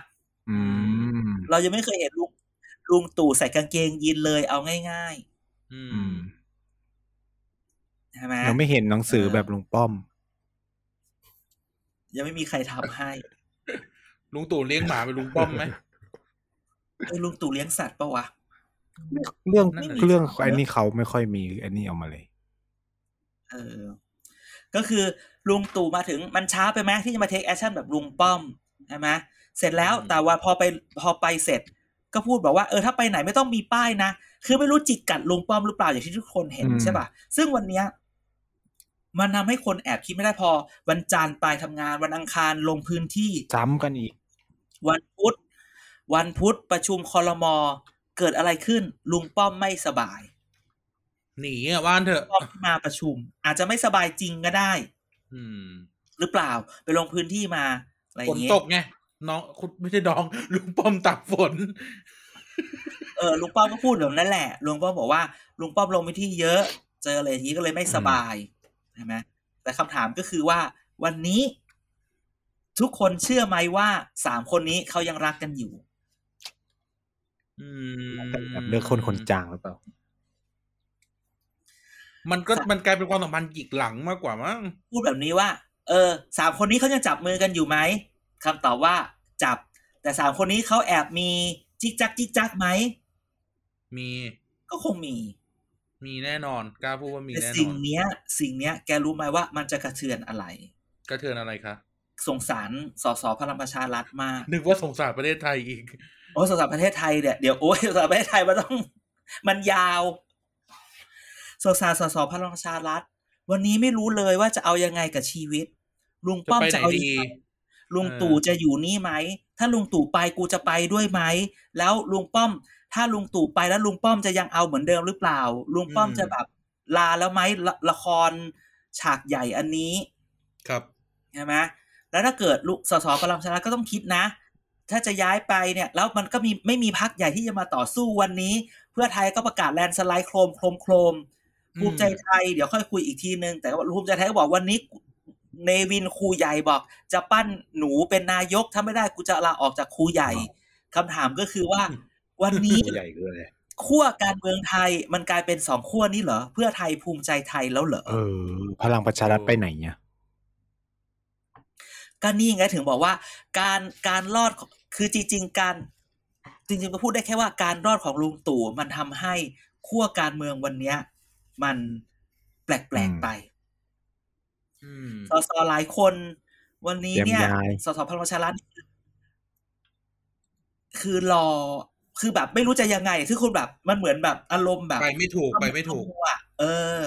Speaker 3: อืม
Speaker 4: เรายังไม่เคยเห็นลุงลุงตู่ใส่กางเกงยีนเลยเอาง่าย
Speaker 2: อื
Speaker 3: อื
Speaker 2: ม
Speaker 3: ม
Speaker 4: ๆใช่ไหม
Speaker 3: ยังไม่เห็นหนังสือ
Speaker 4: เออ
Speaker 3: แบบลุงป้อม
Speaker 4: ยังไม่มีใครทำให้
Speaker 2: ลุงตู่เลี้ยงหมาเป็นลุงป้อมไหม
Speaker 4: เอ้ยลุงตู่เลี้ยงสัตว์ปะวะ
Speaker 3: เรื่อง
Speaker 2: นั่นน่ะ
Speaker 3: เรื่องอันนี้เขาไม่ค่อยมีอันนี้เอามาเลย
Speaker 4: เออ ก็คือลุงตู่มาถึงมันช้าไปไหมที่จะมาเทคแอคชั่นแบบลุงป้อมใช่ไหมเสร็จแล้ว
Speaker 2: อืม
Speaker 4: แต่ว่าพอไปพอไปเสร็จ ก็พูดบอกว่าเออถ้าไปไหนไม่ต้องมีป้ายนะ คือไม่รู้จิกกัดลุงป้อมหรือเปล่าอย่างที่ทุกคนเห็น
Speaker 3: อืม
Speaker 4: ใช่ป่ะ ซึ่งวันเนี้ยมันทำให้คนแอบคิดไม่ได้พอ วันจันทร์ไปทำงานวันอังคารลงพื้นที่
Speaker 3: ซ้ำกันอีก
Speaker 4: วันพุธวันพุธประชุมคอรมอเกิดอะไรขึ้น ลุงป้อมไม่สบาย
Speaker 2: หนีอ่ะบ้านเถอะ
Speaker 4: ป้อมที่มาประชุม อาจจะไม่สบายจริงก็ได้
Speaker 2: อืม
Speaker 4: หรือเปล่าไปลงพื้นที่มาอะไรอ
Speaker 2: ฝ
Speaker 4: ย่าน งเงี้ย
Speaker 2: ตกไงน้องคุณไม่ใช่ดอง ลุงป้อมตักฝน
Speaker 4: เออลุงป้อมก็พูดแบบนั้นแหละลุงป้อมบอกว่าลุงป้อมลงพื้นที่เยอะ เจออะไรอย่างนี้ก็เลยไม่สบายใช่ไหมแต่คำถามก็คือว่า วันนี้ ทุกคนเชื่อไหมว่าสามคนนี้เขายังรักกันอยู่
Speaker 2: อื
Speaker 3: แบบเลือกคนคนจางหรือเปล่า
Speaker 2: มันก็มันกลายเป็นความสัมพันธ์หยิกหลังมากกว่ามั้ง
Speaker 4: พูดแบบนี้ว่า เออสามคนนี้เขายังจับมือกันอยู่ไหมคำตอบว่าจับ แต่สามคนนี้เขาแอบมีจิกจักจิกจักไหม
Speaker 2: มี
Speaker 4: ก็คงมี
Speaker 2: มีแน่นอนกล้าพูดว่ามี
Speaker 4: แต่
Speaker 2: แน่น
Speaker 4: สิ่ง
Speaker 2: อน
Speaker 4: เนี้ย สิ่งเนี้ย แกรู้ไหมว่ามันจะกระเทือนอะไร
Speaker 2: กระเทือนอะไรคะ
Speaker 4: สงสารสสพลังประชารัฐมาก
Speaker 2: นึกว่าสงสารประเทศไทยอีก
Speaker 4: โอ้ยสงสารประเทศไทยเนี่ยเดี๋ยวโอ้ยสงสารประเทศไทยมันต้อง [laughs] มันยาวสงสารสสพลังประชารัฐ วันนี้ไม่รู้เลยว่าจะเอายังไงกับชีวิต ลุงป้อม
Speaker 2: จะไปไหน
Speaker 4: จะเอายัง
Speaker 2: ดี
Speaker 4: ไงลุง
Speaker 2: เออ
Speaker 4: ตู่จะอยู่นี่ไหม ถ้าลุงตู่ไปกูจะไปด้วยไหม แล้วลุงป้อม ถ้าลุงตู่ไปแล้วลุงป้อมจะยังเอาเหมือนเดิมหรือเปล่า ลุงป้อมจะแบบลาแล้วไหมละละครฉากใหญ่อันนี้
Speaker 2: ครับ
Speaker 4: ใช่ไหมแล้วถ้าเกิดลุสสพลังประชารัฐก็ต้องคิดนะ ถ้าจะย้ายไปเนี่ย แล้วมันก็มีไม่มีพักใหญ่ที่จะมาต่อสู้วันนี้ เพื่อไทยก็ประกาศแลนด์สไลด์โครมโครมโครม
Speaker 2: อืม
Speaker 4: ภูมิใจไทยเดี๋ยวค่อยคุยอีกทีนึง แต่ว่าภูมิใจไทยก็บอกวันนี้เนวินครูใหญ่บอก จะปั้นหนูเป็นนายกถ้าไม่ได้กูจะลาออกจากครูใหญ่คำถามก็คือว่า วันนี้ [laughs]
Speaker 3: ใหญ่เลย
Speaker 4: ขั้วการเมืองไทยมันกลายเป็นสองขั้วนี้เหรอเพื่อไทยภูมิใจไทยแล้วเหรอ
Speaker 3: เออ พลังประชารัฐไปไหนเนี่ย
Speaker 4: ก็นี่ไงถึงบอกว่าการการรอดของคือจริง ๆ การจริงๆก็พูดได้แค่ว่าการรอดของลุงตู่มันทำให้ขั้วการเมืองวันเนี้ย มันแปลกๆไป
Speaker 2: อืม
Speaker 4: สสหลายคน วันนี้
Speaker 3: เตรียม
Speaker 4: เนี่ย
Speaker 3: ย้าย
Speaker 4: สสพลังประชารัฐคือรอคือแบบไม่รู้จะยังไงคือคนแบบมันเหมือนแบบอารมณ์แบบ
Speaker 2: ไปไม่ถูกไปไม่ถูก
Speaker 4: อ่ะเออ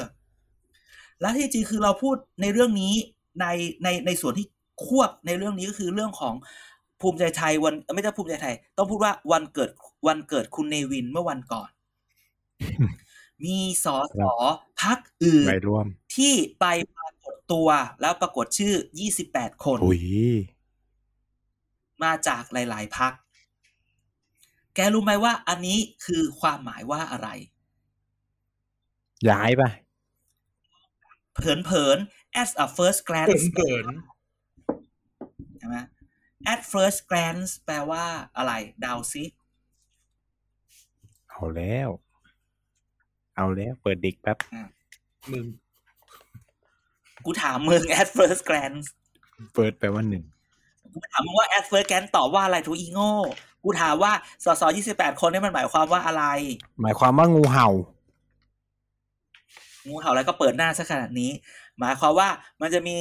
Speaker 4: แล้วที่จริงคือเราพูดในเรื่องนี้ในในในส่วนที่ควบในเรื่องนี้ก็คือเรื่องของภูมิใจไทยวันเอ้ยไม่ใช่ภูมิใจไทย ต้องพูดว่าวันเกิดวันเกิดคุณเนวินเมื่อวัน
Speaker 3: [laughs]
Speaker 4: ก่อน มีสอสอพักอื่น
Speaker 3: ไปร่วม
Speaker 4: ที่ไปปรากฏตัวแล้วปรากฏชื่อ 28 คน
Speaker 3: อุ้ย
Speaker 4: มาจากหลาย ๆ พัก แกรู้ไหมว่าอันนี้คือความหมายว่าอะไร
Speaker 3: ย้ายปะ
Speaker 4: เผินๆ as a first
Speaker 2: เกิน
Speaker 4: glance
Speaker 2: เกิน
Speaker 4: ใช่ไหม at first glance แปลว่าอะไรเดาซิ
Speaker 3: เอาแล้ว เอาแล้ว เปิดดิกแป๊บ
Speaker 2: มึง
Speaker 4: กูถามมึง [laughs] at first glance
Speaker 3: เปิดแปลว่าหนึ่ง
Speaker 4: กูถามมึงว่า at first glance ตอบว่าอะไรทูอีโง่ กูถามว่าสสยี่สิบแปดคนนี่มันหมายความว่าอะไร
Speaker 3: หมายความว่างูเห่า
Speaker 4: งูเห่าอะไรก็เปิดหน้าซะขนาดนี้ หมายความว่ามันจะมี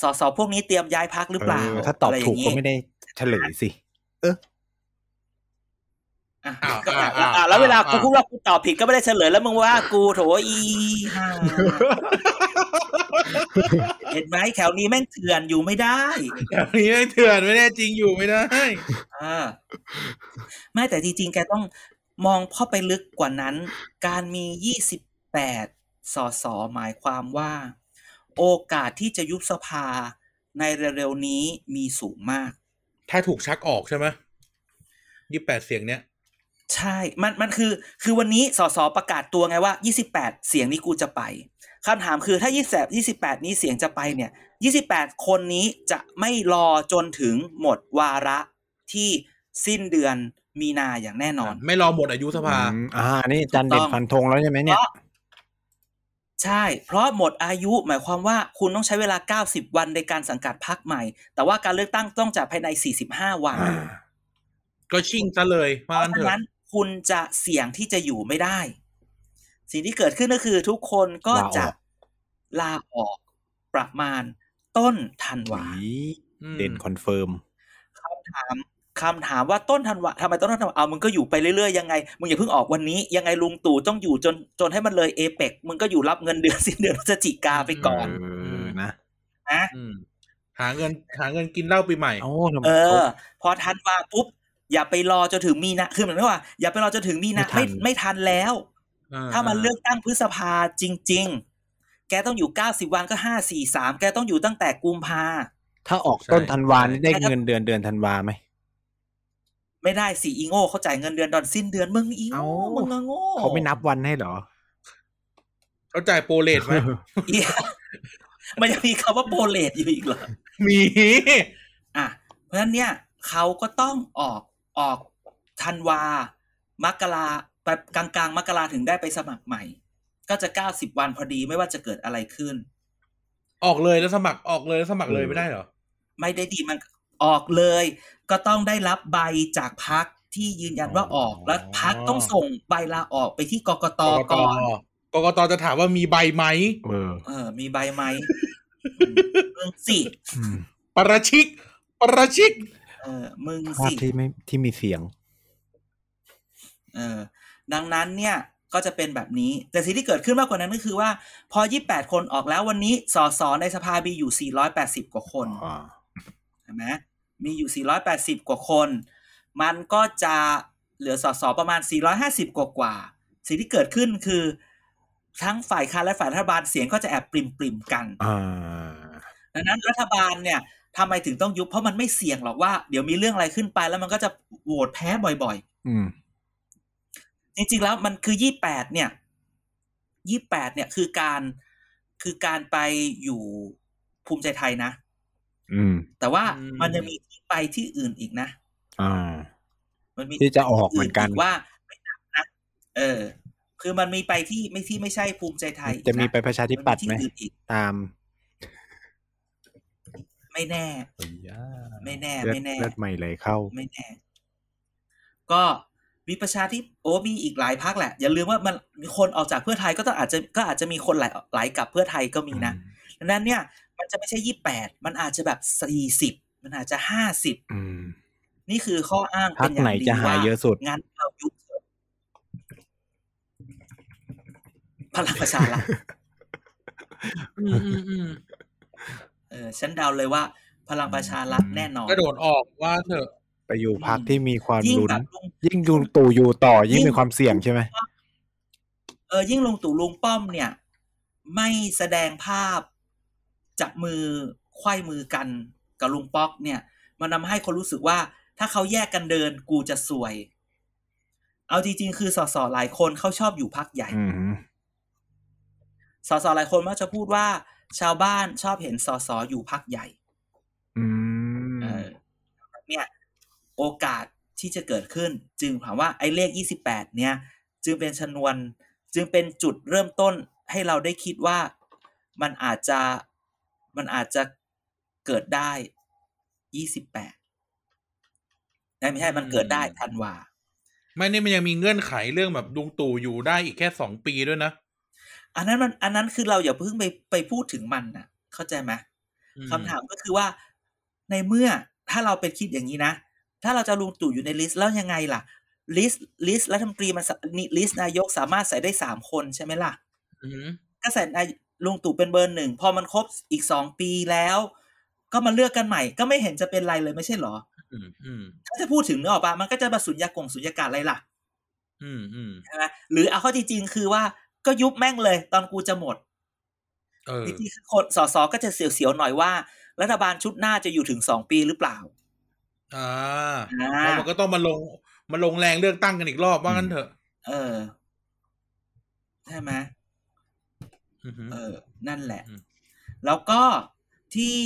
Speaker 4: สสพวกนี้เตรียมย้ายพักหรือเปล่า
Speaker 3: เออถ้าตอบ
Speaker 4: ะรย่
Speaker 3: ถูก
Speaker 4: งงี้
Speaker 3: ก็ไม่ได้เฉลยสิ
Speaker 4: อ่ะ
Speaker 2: อ้าว
Speaker 4: ก็อ่ะ
Speaker 2: อ้าว
Speaker 4: อ่ะแล้วเวลา
Speaker 2: อ้าว
Speaker 4: กูพูดว่ากูตอบผิดก็ไม่ได้เฉลยแล้วมึงว่ากูโถอี
Speaker 2: [laughs]
Speaker 4: ห่าเห็นไหมแถวนี้แม่งเถื่อนอยู่ไม่ได้
Speaker 2: แบบนี้ไม่เถื่อนไม่แน่จริงอยู่ไม่ได้
Speaker 4: อ่าไม่แต่จริงๆ แกต้องมองเข้าไปลึกกว่านั้น การมี 28 สส หมายความว่า โอกาสที่จะยุบสภาในเร็วๆ นี้มีสูงมาก
Speaker 2: ถ้าถูกชักออกใช่ไหมยี่แปดเสียงเนี้ย
Speaker 4: ใช่ มันมันคือ คือวันนี้สส ประกาศตัวไงว่า 28 เสียงนี้กูจะไปคำถามคือถ้า28 28 นี้เสียงจะไปเนี่ย 28 คนนี้จะไม่รอจนถึงหมดวาระที่สิ้นเดือนมีนาอย่างแน่นอน
Speaker 2: ไม่รอหมดอายุสภา
Speaker 3: อืมอ่าอันนี่จันเด่นฟันธงแล้วใช่ไหมเนี่ย
Speaker 4: ใช่ เพราะหมดอายุหมายความว่าคุณต้องใช้เวลา 90 วันในการสังกัดพักใหม่ แต่ว่าการเลือกตั้งต้องจัดภายใน 45 วัน
Speaker 2: ก็ชิ่งซะเลย
Speaker 4: เพ
Speaker 2: มา
Speaker 4: ราะ
Speaker 2: งั้นเถ
Speaker 4: ฉะ
Speaker 2: อะ
Speaker 4: นั้นคุณจะเสี่ยงที่จะอยู่ไม่ได้ สิ่งที่เกิดขึ้นก็คือทุกคนก็
Speaker 3: ลาออก
Speaker 4: จะลาออกประมาณต้นธันวา
Speaker 2: อืม
Speaker 3: เด่นคอนเฟิร์ม
Speaker 4: ถามคำถามว่าต้นธันวาทำไมต้นธันวาเอามึงก็อยู่ไปเรื่อยๆยังไงมึงอย่าเพิ่งออกวันนี้ ยังไงลุงตู่ต้องอยู่จนจนให้มันเลยเอเปกมึงก็อยู่รับเงินเดือน สิ้นเดือนพฤศจิกาไปก่อน
Speaker 3: เออนะ
Speaker 4: นะ
Speaker 2: อืมหาเงินหาเงินกินเหล้าปีใหม่
Speaker 3: โอ้ทำไม
Speaker 4: เอ
Speaker 3: เขา
Speaker 4: อ พอทันวาปุ๊บ อย่าไปรอจนถึงมีนาคือเหมือนกับว่า อย่าไปรอจนถึงมีนา
Speaker 3: ไม่ทัน
Speaker 4: ไม่ไม่ทันแล้ว
Speaker 2: อ่
Speaker 4: ถ้ามันเลือกตั้งพฤษภาจริง ๆ แกต้องอยู่เก้าสิบวันก็ห้าสี่สามแกต้องอยู่ตั้งแต่กุมภา
Speaker 3: ถ้าออกต้นธันวานี่ได้เงินเดือนเดือนธันวาไหม
Speaker 4: ไม่ได้สี่อีโง่เขาจ่ายเงินเดือนตอนสิ้นเดือนมึงอี
Speaker 3: เอ้า
Speaker 4: โง่มึงอะโง่
Speaker 3: เขาไม่นับวันให้เหรอ
Speaker 2: เขาจ่ายโปรเลต
Speaker 4: [laughs]
Speaker 2: ไหม
Speaker 4: เหี้ยมันยังมีคำว่าโปรเลตอยู่อีกเหรอ
Speaker 2: มี
Speaker 4: อ่ะเพราะฉะนั้นเนี่ยเขาก็ต้องออกออกธันวา มกราไปกลางกลางๆมกราถึงได้ไปสมัครใหม่ ก็จะเก้าสิบวันพอดีไม่ว่าจะเกิดอะไรขึ้น
Speaker 2: ออกเลยแล้วสมัครออกเลยแล้วสมัครเลยไม่ได้เหรอ
Speaker 4: ไม่ได้ดีมันออกเลย ก็ต้องได้รับใบจากพักที่ยืนยันว่าออก
Speaker 3: อ๋อ
Speaker 4: แล้วพักต้องส่งใบลาออกไปที่กกต
Speaker 2: กกต
Speaker 4: ก่อน
Speaker 2: กกตจะถามว่ามีใบไหม
Speaker 3: เออ
Speaker 4: เออ มีใบไหม มึงสิ
Speaker 3: อืม
Speaker 2: ประชิก ประชิก
Speaker 4: เออมึง
Speaker 3: ภาพ
Speaker 4: สิ
Speaker 3: ที่ไม่ที่มีเสียง
Speaker 4: เออดังนั้นเนี่ยก็จะเป็นแบบนี้ แต่สิ่งที่เกิดขึ้นมากกว่านั้นก็คือว่า พอ 28 คนออกแล้ววันนี้สสในสภามีอยู่ 480 กว่าคน
Speaker 3: อ่า
Speaker 4: ใช่ไหมมีอยู่ 480 กว่าคน มันก็จะเหลือสสประมาณ 450 กว่ากว่าๆสิ่งที่เกิดขึ้นคือ ทั้งฝ่ายค้านและฝ่ายรัฐบาลเสียงก็จะแอบปริมปริมๆกัน
Speaker 3: อ่า
Speaker 4: ดังนั้นรัฐบาลเนี่ยทำไมถึงต้องยุบเพราะมันไม่เสี่ยงหรอกว่าเดี๋ยวมีเรื่องอะไรขึ้นไปแล้วมันก็จะโหวตแพ้บ่อยๆ
Speaker 3: อืม
Speaker 4: จริงๆ แล้วมันคือยี่แปดเนี่ยยี่แปดเนี่ยคือการคือการไปอยู่ภูมิใจไทยนะ
Speaker 3: อืม
Speaker 4: แต่ว่า
Speaker 2: อืม
Speaker 4: มันยังมีที่ไปที่อื่นอีกนะ
Speaker 3: อ่า
Speaker 4: มันมี
Speaker 3: ที่จะออกเหมือนกัน
Speaker 4: ว่าไม่นับนะเออ คือมันมีไปที่ไม่ที่ไม่ใช่ภูมิใจไทยอีกน
Speaker 3: จะมีไปประชาธิปัตย์ไหม
Speaker 4: นที่อื่นอีก
Speaker 3: ตาม
Speaker 4: ไม่แน่ ไม่แน่
Speaker 3: เลือด
Speaker 4: ไม่แน่
Speaker 3: เลือดใหม่ไหลเข้า
Speaker 4: ไม่แน่ ก็มีประชาธิโอ้มีอีกหลายพักแหละ อย่าลืมว่ามันมีคนออกจากเพื่อไทยก็ต้องอาจจะก็อาจจะมีคนไหลไหลกลับเพื่อไทยก็มีนะ ดังนั้นเนี่ยมันจะไม่ใช่ยี่แปดมันอาจจะแบบสี่สิบ40 มันอาจจะห้าสิบ
Speaker 3: อืม
Speaker 4: นี่คือข้ออ้าง
Speaker 3: พั
Speaker 4: เป็
Speaker 3: ก
Speaker 4: นอย่า
Speaker 3: ไหน
Speaker 4: งดี
Speaker 3: จะหา
Speaker 4: ว่า
Speaker 3: เยอะสุด
Speaker 4: งั้นเรายุบเถอะพลังประชารัฐ
Speaker 2: อืมอืมอืม
Speaker 4: เออฉันเดาเลยว่า พลังประชารัฐแน่นอน
Speaker 2: กระโดดออกว่าเถอะ
Speaker 3: ไปอยู่พักที่มีความ
Speaker 4: ยิ่ง
Speaker 3: ลุ้น
Speaker 4: แบบลุง
Speaker 3: ยิ่งดูตู่อยู่ต่อ ยิ่ง
Speaker 4: ยิ่ง
Speaker 3: มีความเสี่ยงใช่ไหม
Speaker 4: เออยิ่งลุงตู่ลุงป้อมเนี่ย ไม่แสดงภาพจับมือไขว้มือกันกับลุงป๊อกเนี่ย มันทำให้คนรู้สึกว่า ถ้าเขาแยกกันเดินกูจะสวย เอาจริงๆ คือสสหลายคนเขาชอบอยู่พักใหญ่
Speaker 3: อืม
Speaker 4: สสหลายคนมักจะพูดว่า ชาวบ้านชอบเห็นสสอยู่พักใหญ่
Speaker 3: อืม
Speaker 4: เออเนี่ยโอกาสที่จะเกิดขึ้น จึงถามว่าไอ้เลข 28 เนี่ย จึงเป็นชนวน จึงเป็นจุดเริ่มต้นให้เราได้คิดว่ามันอาจจะมันอาจจะเกิดได้ 28ได้ไม่ใช่มันเกิดได้ธันวา
Speaker 2: ไม่นี่มันยังมีเงื่อนไขเรื่องแบบลุงตู่อยู่ได้อีกแค่สองปีด้วยนะ
Speaker 4: อันนั้นมันอันนั้นคือเราอย่าเพิ่งไปไปพูดถึงมันนะเข้าใจไหม
Speaker 2: อื
Speaker 4: คำถามก็คือว่าในเมื่อถ้าเราเป็นคิดอย่างนี้นะ ถ้าเราจะลุงตู่อยู่ในลิสต์แล้วยังไงล่ะ ลิสต์ลิสต์รัฐมนตรีมันลิสต์นายกสามารถใส่ได้สามคนใช่ไหมล่ะ
Speaker 2: อือหือ
Speaker 4: ก็ใส่นายลุงตู่เป็นเบอร์หนึ่งพอมันครบอีกสองปีแล้ว ก็มาเลือกกันใหม่ ก็ไม่เห็นจะเป็นไรเลยไม่ใช่เหรอ
Speaker 2: อืมอืม
Speaker 4: ถ้าจะพูดถึงเนื้อออกปะมันก็จะมาสุญญากงสุญญากาศอะไรล่ะ
Speaker 2: อืมอืม
Speaker 4: ใช่ไหมหรือเอาเข้อจริงๆคือว่าก็ยุบแม่งเลยตอนกูจะหมด
Speaker 2: เออ
Speaker 4: จริงๆคือคนสสก็จะเสียวๆหน่อยว่า รัฐบาลชุดหน้าจะอยู่ถึงสองปีหรือเปล่า
Speaker 2: อ่า
Speaker 4: อ่า
Speaker 2: แล้วมันก็ต้องมาลงมาลงแรงเลือกตั้งกันอีกรอบว่างั้นเถอะ
Speaker 4: เออใช่ไหม
Speaker 2: อือหือ
Speaker 4: เออ นั่นแหละ
Speaker 2: อืม
Speaker 4: แล้วก็ที่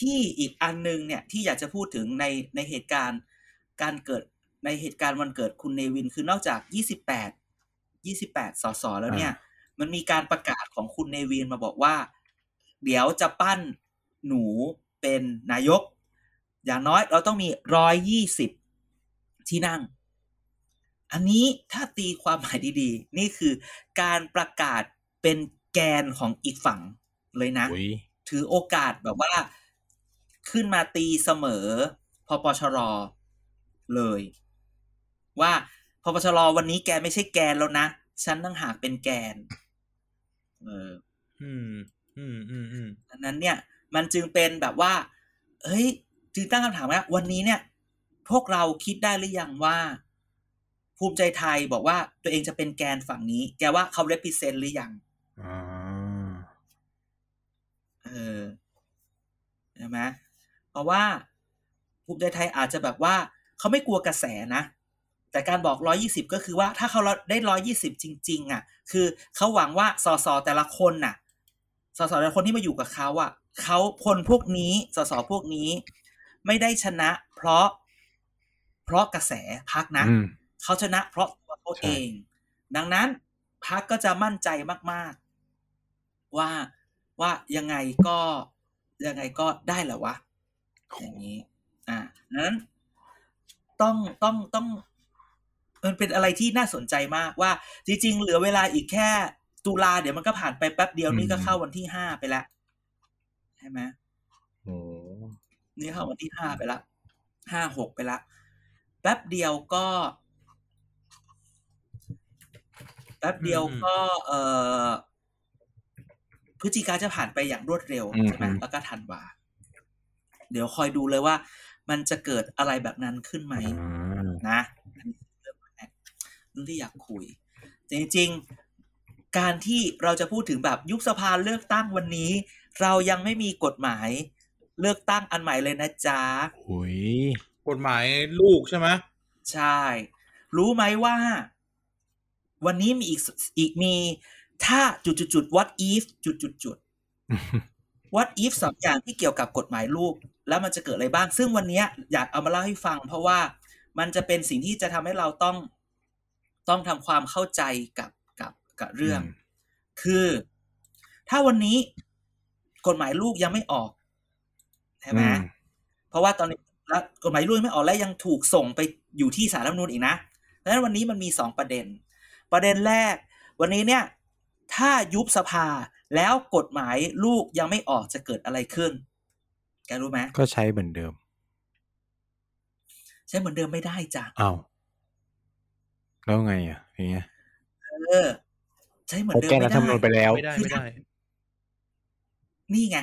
Speaker 4: ที่อีกอันนึงเนี่ย ที่อยากจะพูดถึงในในเหตุการณ์ การเกิดในเหตุการณ์วันเกิดคุณเนวินคือนอกจากยี่สิบแปดยี่สิบแปดสสแล้วเนี่ย มันมีการประกาศของคุณเนวินมาบอกว่า เดี๋ยวจะปั้นหนูเป็นนายก อย่างน้อยเราต้องมีร้อยยี่สิบที่นั่ง อันนี้ถ้าตีความหมายดีๆ นี่คือการประกาศเป็นแกนของอีกฝั่งเลยนะ
Speaker 3: อุ๊ย
Speaker 4: ถือโอกาสแบบว่าขึ้นมาตีเสมอพปชรเลย ว่าพปชรวันนี้แกไม่ใช่แกนแล้วนะ ฉันตั้งหากเป็นแกน เออ
Speaker 2: อืมอืมอืมอืม
Speaker 4: ดังนั้นเนี่ยมันจึงเป็นแบบว่า เฮ้ย จึงตั้งคำถามว่าวันนี้เนี่ย พวกเราคิดได้หรือยังว่า ภูมิใจไทยบอกว่าตัวเองจะเป็นแกนฝั่งนี้ แกว่าเขา represent หรือยัง
Speaker 3: อ่า
Speaker 4: เออใช่ไหมเพราะว่าภูมิใจไทยอาจจะแบบว่าเขาไม่กลัวกระแสนะ แต่การบอก 120 ก็คือว่าถ้าเขาได้ 120 จริง ๆ อ่ะ คือเขาหวังว่าสสแต่ละคนน่ะ สสแต่ละคนที่มาอยู่กับเขาอ่ะเขาคนพวกนี้สสพวกนี้ ไม่ได้ชนะ เพราะ เพราะกระแสพักนะ
Speaker 3: อืม
Speaker 4: เขาชนะเพราะตัวเขาเอง ดังนั้นพักก็จะมั่นใจมาก ๆ ว่าว่ายังไงก็ยังไงก็ได้แหละวะ อย่างนี้ อ่าดังนั้น ต้องต้องต้อง มันเป็นอะไรที่น่าสนใจมากว่า จริง ๆ เหลือเวลาอีกแค่ ตุลาเดี๋ยวมันก็ผ่านไปแป๊บเดียวนี่ก็
Speaker 3: อืม
Speaker 4: เข้าวันที่ห้าไปแล้วใช่ไหม
Speaker 3: โอ้
Speaker 4: นี่เข้าวันที่ห้าไปละห้าหกไปละแป๊บเดียวก็แป๊บเดียวก็เออพฤศจิกาจะผ่านไปอย่างรวดเร็วใช่ไหมแล้วก็ทันวาเดี๋ยวคอยดูเลยว่า มันจะเกิดอะไรแบบนั้นขึ้นไหม
Speaker 3: อ่า
Speaker 4: นะอันนี้คือเรื่องแรกเรื่องที่อยากคุย จริงๆ การที่เราจะพูดถึงแบบยุบสภาเลือกตั้งวันนี้ เรายังไม่มีกฎหมายเลือกตั้งอันใหม่เลยนะจ๊ะ
Speaker 3: หุย
Speaker 2: กฎหมายลูกใช่ไหม
Speaker 4: ใช่ รู้ไหมว่า วันนี้มีอีกสอีกมี ถ้าจุดจุดจุด what if จุดจุดจุด what if สองอย่างที่เกี่ยวกับกฎหมายลูก แล้วมันจะเกิดอะไรบ้าง ซึ่งวันเนี้ยอยากเอามาเล่าให้ฟัง เพราะว่ามันจะเป็นสิ่งที่จะทำให้เราต้อง ต้องทำความเข้าใจกับกับกับเรื่อง คือ ถ้าวันนี้กฎหมายลูกยังไม่ออกใช่ไหม
Speaker 3: อืม
Speaker 4: เพราะว่าตอนนี้รัฐกฎหมายรุ่นไม่ออกและยังถูกส่งไปอยู่ที่สารรัฐธรรมนูญอีกนะดังนั้นวันนี้มันมีสองประเด็น ประเด็นแรก วันนี้เนี่ย ถ้ายุบสภาแล้วกฎหมายลูกยังไม่ออกจะเกิดอะไรขึ้น แกรู้ไหม
Speaker 3: ก็ใช้เหมือนเดิม
Speaker 4: ใช้เหมือนเดิมไม่ได้จ้ะ
Speaker 3: อ้าวแล้วไงอ่ะอย่างเงี้ย
Speaker 4: เออ ใช้เหมือน
Speaker 3: เขา
Speaker 4: เดิม
Speaker 3: แก้รั
Speaker 4: ไม่
Speaker 3: ฐธรรมนูญไป
Speaker 4: ได้
Speaker 3: แล้ว
Speaker 2: ไม่ได้ไม่ได้
Speaker 4: นี่ไง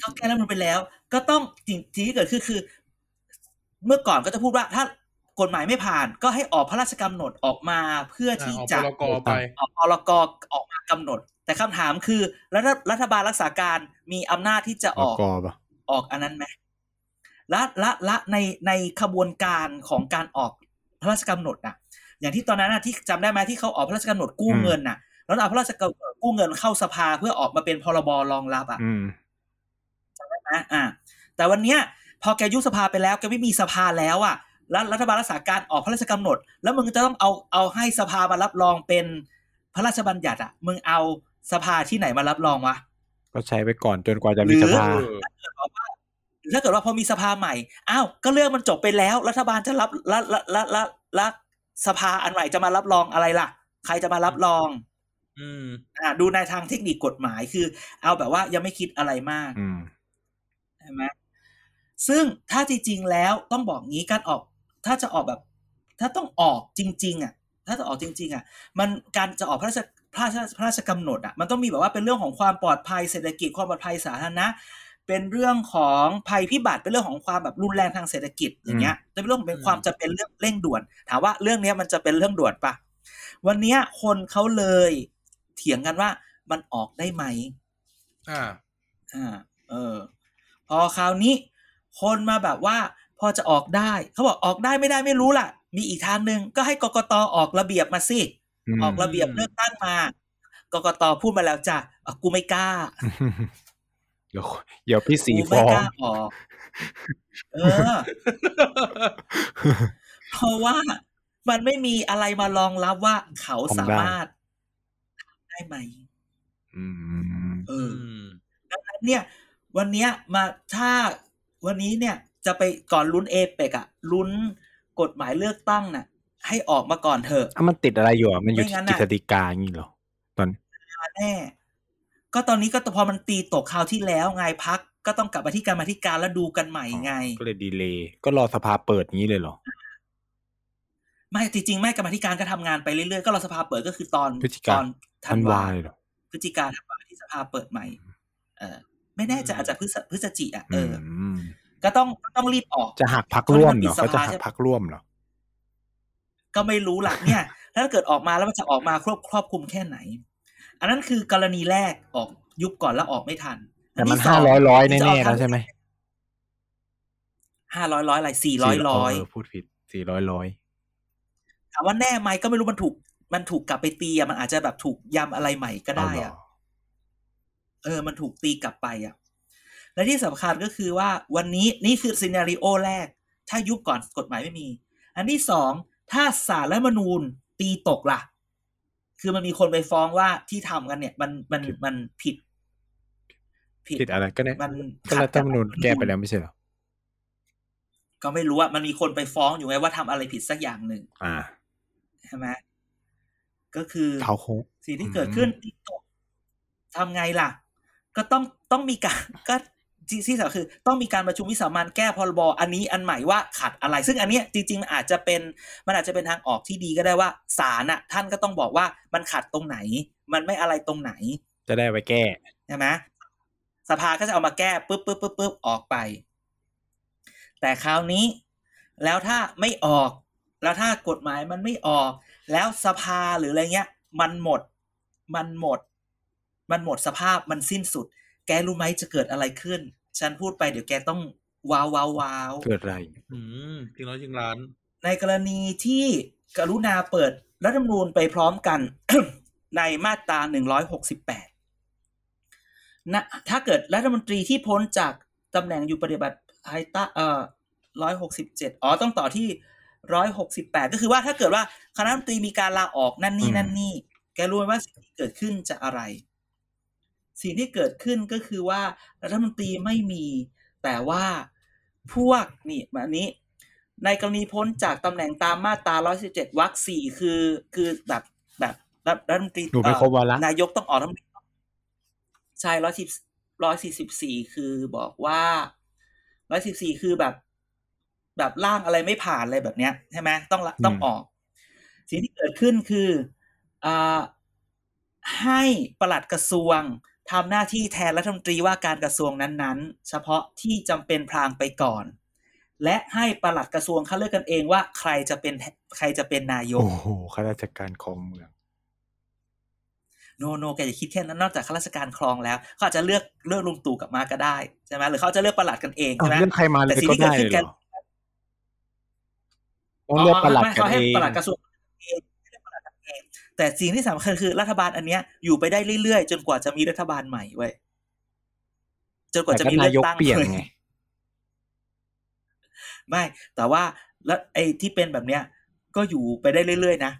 Speaker 4: ก็แก้รัฐธรรมนูญไปแล้ว ก็ต้องสิ่งที่เกิดขึ้นคือ เมื่อก่อนก็จะพูดว่า ถ้ากฎหมายไม่ผ่าน ก็ให้ออกพระราชกำหนดออกมาเพื่อ
Speaker 2: อ่า
Speaker 4: ที่
Speaker 2: ออก
Speaker 4: จะ
Speaker 2: พรกไป
Speaker 4: ออกพรกออกมากำหนด แต่คำถามคือรัฐรัฐบาลรักษาการมีอำนาจที่จะ
Speaker 3: อ
Speaker 4: อ
Speaker 3: อก
Speaker 4: อก
Speaker 3: กอป่ะ
Speaker 4: ออกอันนั้นไหมละละละในในขบวนการของการออกพระราชกำหนดนะอย่างที่ตอนนั้นนะที่จำได้ไหมที่เขาออกพระราชกำหนดกู้เงินน่ะ แล้วเอาพระราชกำหนดกู้เงินเข้าสภาเพื่อออกมาเป็นพรบรองรับอ่ะ
Speaker 3: อืม
Speaker 4: นะอ่าแต่วันเนี้ยพอแกยุบสภาไปแล้วแกไม่มีสภาแล้วอ่ะแล้วรัฐบาลรักษาการออกพระราชกำหนด แล้วมึงจะต้องเอาเอาให้สภามารับรองเป็นพระราชบัญญัติอ่ะมึงเอาสภาที่ไหนมารับรองวะ
Speaker 3: ก็ใช้ไปก่อนจนกว่าจะมี
Speaker 4: หรื
Speaker 3: ส
Speaker 4: อ
Speaker 3: ภา
Speaker 2: เออ
Speaker 4: ถ้าเกิดว่าพอมีสภาใหม่ อ้าว ก็เรื่องมันจบไปแล้ว รัฐบาลจะรับละละละละละสภาอันใหม่จะมารับรองอะไรล่ะ ใครจะมารับรอง
Speaker 2: อืม
Speaker 4: อ่า ดูในทางเทคนิคกฎหมายคือ เอาแบบว่ายังไม่คิดอะไรมาก
Speaker 3: อืม
Speaker 4: ใช่ไหมซึ่งถ้าจริงๆแล้วต้องบอกงี้การออก ถ้าจะออกแบบ ถ้าต้อง ออกจริง ๆ อ่ะ ถ้าจะออกจริง ๆ อ่ะ มันการจะออกพระราชพระราชพระราชกำหนดอ่ะมันต้องมีแบบว่าเป็นเรื่องของความปลอดภัยเศรษฐกิจความปลอดภัยสาธารณะ เป็นเรื่องของภัยพิบัติเป็นเรื่องของความแบบรุนแรงทางเศรษฐกิจอย่างเงี้ยแต่เป็นเรื่องของเป็นความจะเป็นเรื่องเร่งด่วน ถามว่าเรื่องเนี้ยมันจะเป็นเรื่องด่วนปะวันเนี้ยคนเขาเลยเถียงกันว่ามันออกได้ไหม
Speaker 2: อ่า
Speaker 4: อ่าเออ พอคราวนี้ คนมาแบบว่า พอจะออกได้ เขาบอกออกได้ไม่ได้ไม่รู้ล่ะ มีอีกทางหนึ่งก็ให้กกตออกระเบียบมาสิ ออกระเบียบเลือกตั้งมา กกตพูดมาแล้วจ้ะอ่ะกูไม่กล้า
Speaker 3: [laughs] เดี๋ยวเดี๋ยวพี่สี
Speaker 4: กู
Speaker 3: ฟ้
Speaker 4: ไม่
Speaker 3: อง
Speaker 4: กล้าออก เออ เพราะว่ามันไม่มีอะไรมารองรับว่าเขาสามารถทำได้ไหม
Speaker 3: อืม
Speaker 4: เอ
Speaker 2: อื
Speaker 4: อ
Speaker 2: ม
Speaker 4: ดังนั้นเนี่ยวันเนี้ยมาถ้าวันนี้เนี่ยจะไปก่อนลุ้นเอเปกอะลุ้นกฎหมายเลือกตั้งน่ะ ให้ออกมาก่อนเถอะ
Speaker 3: อ่ะมันติดอะไรอยู่อ่ะ มันอยู่
Speaker 4: ไม่
Speaker 3: ที่
Speaker 4: งั้น
Speaker 3: กฤ
Speaker 4: น่ะ
Speaker 3: ษฎีกาอย่างนี้เหรอ ตอน
Speaker 4: มาแน่ก็ตอนนี้ก็พอมันตีตกคราวที่แล้วไงพักก็ต้องกลับมาที่การมาที่การแล้วดูกันใหม่ไง
Speaker 3: ก็เลยดีเลย์ก็รอสภาเปิดอย่างนี้เลยเหรอ
Speaker 4: ไม่จริงๆไม่กรรมาธิการก็ทำงานไปเรื่อยๆก็รอสภาเปิดก็คือตอน
Speaker 3: พฤศจิกา
Speaker 4: ตอนธั
Speaker 3: ทั
Speaker 4: น
Speaker 3: น
Speaker 4: วาว
Speaker 3: ายเหรอ
Speaker 4: พฤศจิกาธันวาที่สภาเปิดใหม่ เออ ไม่แน่ใจะอาจจะพฤศพฤศจิอ่ะเอออ
Speaker 3: อืม
Speaker 4: ก็ต้องก็ต้องรีบออก
Speaker 3: จะหักพักร่วมเหรอ
Speaker 4: เขา
Speaker 3: ก็จะ
Speaker 4: จะมาปิดสภา
Speaker 3: หักพักร่วมเหรอ
Speaker 4: ก็ไม่รู้
Speaker 3: [laughs]
Speaker 4: หลักเนี่ย ถ้าเกิดออกมาแล้วมันจะออกมาครอบครอบคลุมแค่ไหน อันนั้นคือกรณีแรกออกยุบก่อนแล้วออกไม่ทัน
Speaker 3: แต่มัน
Speaker 4: ที่ส
Speaker 3: ห้าง ร้อยร้อย
Speaker 4: ที่
Speaker 3: แน่
Speaker 4: จะ
Speaker 3: ๆ
Speaker 4: ออกทั
Speaker 3: แล้วใช่ไหม
Speaker 4: ห้าร้อยร้อยอะไรสี่ร้อยร้อย
Speaker 3: เพูดผิดสี่ร้อยร้อย
Speaker 4: ถามว่าแน่ไหมก็ไม่รู้มันถูก มันถูกกลับไปตีอะมันอาจจะแบบถูกย้ำอะไรใหม่ก็ได้
Speaker 3: เอาเหร
Speaker 4: อะ
Speaker 3: อ
Speaker 4: เออ มันถูกตีกลับไปอะและที่สำคัญก็คือว่าวันนี้นี่คือซีนารีโอแรก ถ้ายุบก่อนกฎหมายไม่มี อันที่สองถ้าสารรัฐธรรมนูญตีตกล่ะ คือมันมีคนไปฟ้องว่าที่ทำกันเนี่ย มันมันมันผิด ผิด
Speaker 3: ผิดอะไรก็เนี่ย
Speaker 4: มัน
Speaker 3: ก็รัฐธรรมนูญแก้ไปแล้วไม่ใช่เหรอ
Speaker 4: ก็ไม่รู้ว่ามันมีคนไปฟ้องอยู่ไงว่าทำอะไรผิดสักอย่างหนึ่ง
Speaker 3: อ่า
Speaker 4: ใช่ไหมก็คือ
Speaker 3: เขาคง
Speaker 4: สิ่งที่เกิดขึ้นตีตกทำไงล่ะ ก็ต้องต้องมีการ [laughs] ก็ที่ที่สำคัญคือ ต้องมีการประชุมวิสามันแก้พรบอันนี้อันใหม่ว่าขัดอะไร ซึ่งอันเนี้ยจริงๆมันอาจจะเป็นมันอาจจะเป็นทางออกที่ดีก็ได้ว่าศาลน่ะ ท่านก็ต้องบอกว่ามันขัดตรงไหน มันไม่อะไรตรงไหน
Speaker 3: จะได้ไปแก้
Speaker 4: ใช่ไหมสภาก็จะเอามาแก้ปุ๊บปุ๊บปุ๊บปุ๊บออกไป แต่คราวนี้ แล้วถ้าไม่ออก แล้วถ้ากฎหมายมันไม่ออก แล้วสภาหรืออะไรเงี้ย มันหมด มันหมด มันหมดสภาพมันสิ้นสุด แกรู้ไหมจะเกิดอะไรขึ้น ฉันพูดไปเดี๋ยวแกต้องว้าวว้าวว้าว
Speaker 3: เกิดอะไร
Speaker 2: อืมจริงร้อยจริงล้าน
Speaker 4: ในกรณีที่กรุณาเปิดรัฐธรรมนูญไปพร้อมกัน [coughs] ในมาตรา168นะถ้าเกิดรัฐมนตรีที่พ้นจากตำแหน่งอยู่ปฏิบัติภายใต้เอ่อ167 อ๋อ ต้องต่อที่ 168 ก็คือว่าถ้าเกิดว่าคณะรัฐมนตรีมีการลาออกนั่นนี่
Speaker 3: อืม
Speaker 4: นั่นนี่ แกรู้ไหมว่าสิ่งที่เกิดขึ้นจะอะไร สิ่งที่เกิดขึ้นก็คือว่ารัฐมนตรีไม่มี แต่ว่าพวกนี่มานี้ ในกรณีพ้นจากตำแหน่งตามมาตรา 117วรรคสี่คือคือแบบแบบรัฐรัฐมนตรี
Speaker 3: หนูไม่ครบวาระ
Speaker 4: นายกต้องออกรัฐมนตรีใช่ร้อยสิบร้อยสี่สิบสี่คือบอกว่าร้อยสิบสี่คือแบบ แบบร่างอะไรไม่ผ่านอะไรแบบเนี้ยใช่ไหมต้องละต้องออก สิ่งที่เกิดขึ้นคืออ่าให้ปลัดกระทรวงทำหน้าที่แทนรัฐมนตรีว่าการกระทรวงนั้นๆ เฉพาะที่จำเป็นพลางไปก่อน และให้ปลัดกระทรวงคัดเลือกกันเองว่าใครจะเป็นใครจะเป็นนายก
Speaker 3: โอ้โหข้าราชการครองเมือง
Speaker 4: โนโนแกอย่าคิดแค่นั้นนอกจากข้าราชการครองแล้วเขาอาจจะเลือกเลือกลุงตู่กลับมาก็ได้ใช่ไหมหรือเขาจะเลือกปลัดกันเอง
Speaker 3: เอา
Speaker 4: ใช่ไหม
Speaker 3: เรื่องใครมาเลย
Speaker 4: แต่สิ่ง
Speaker 3: ก็
Speaker 4: ที่
Speaker 3: ได้
Speaker 4: เกิด
Speaker 3: เลยเห
Speaker 4: ขึ้นกั
Speaker 3: ร
Speaker 4: น
Speaker 3: อต้องเลือกประหลัด
Speaker 4: ไม่
Speaker 3: กัน
Speaker 4: เขา
Speaker 3: เอ
Speaker 4: ให้
Speaker 3: ง
Speaker 4: ปลัดกระทรวงเองให้ปลัดกันเอง แต่สิ่งที่สำคัญคือรัฐบาลอันเนี้ยอยู่ไปได้เรื่อยๆ จนกว่าจะมีรัฐบาลใหม่เว้ยจนกว่า
Speaker 3: แต่
Speaker 4: จะ
Speaker 3: ก็
Speaker 4: มี
Speaker 3: นา
Speaker 4: เลือย ก
Speaker 3: ก
Speaker 4: ตั้ง
Speaker 3: เปลี่ยน
Speaker 4: ว้
Speaker 3: ไง
Speaker 4: ไม่ แต่ว่าแล้วไอ้ที่เป็นแบบเนี้ย ก็อยู่ไปได้เรื่อยๆนะ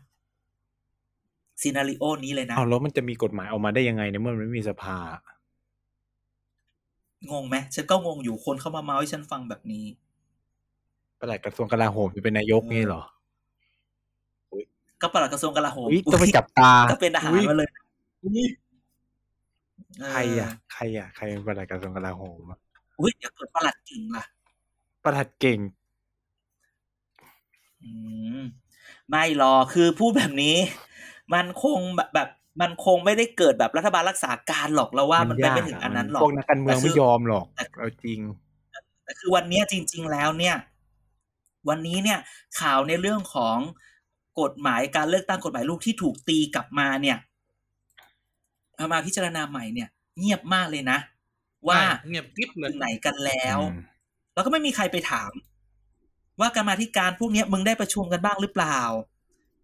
Speaker 4: ซีนารีโอนี้เลยนะ
Speaker 3: เอาแล้วมันจะมีกฎหมายออกมาได้ยังไงในเมื่อมันไม่มีสภา
Speaker 4: งงไหมฉันก็งงอยู่คนเข้ามาเมาส์ให้ฉันฟังแบบนี้
Speaker 3: ประหลัดกระทรวงกลาโหมจะเป็นนายกงี้เหรอ
Speaker 4: ก็ปลัดกระทรวงกลาโหม
Speaker 3: อุ้ยต้องไปจับตา
Speaker 4: ก็เป็นทหาร
Speaker 3: อุ๊ย
Speaker 4: มาเลย
Speaker 3: อุ๊ย
Speaker 4: เ
Speaker 3: ใครอ่ะ ใครอ่ะ ใครเป็นประหลัดกระทรวงกลาโหมอะ
Speaker 4: อุ้ยเดี๋ยวเกิดปลัดเก่งล่ะ
Speaker 3: ประหลัดเก่ง
Speaker 4: อืม ไม่หรอกคือพูดแบบนี้ มันคงแบบแบบมันคงไม่ได้เกิดแบบรัฐบาลรักษาการหรอกเราว่ามันไปไม่ถึงอันนั้นหรอก
Speaker 3: พวกนักการเมืองไม่ยอมหรอกเอาจริง
Speaker 4: แต่คือวันเนี้ยจริง ๆ แล้วเนี่ย วันนี้เนี่ย ข่าวในเรื่องของกฎหมายการเลือกตั้งกฎหมายลูกที่ถูกตีกลับมาเนี่ยเอามาพิจารณาใหม่เนี่ย เงียบมากเลยนะ ว่า
Speaker 2: ใช่เงียบกริบเล
Speaker 4: ถึ
Speaker 2: ย
Speaker 4: งไหนกันแล้ว
Speaker 3: อืม
Speaker 4: แล้วก็ไม่มีใครไปถาม ว่าการมาธิการพวกเนี้ยมึงได้ประชุมกันบ้างหรือเปล่า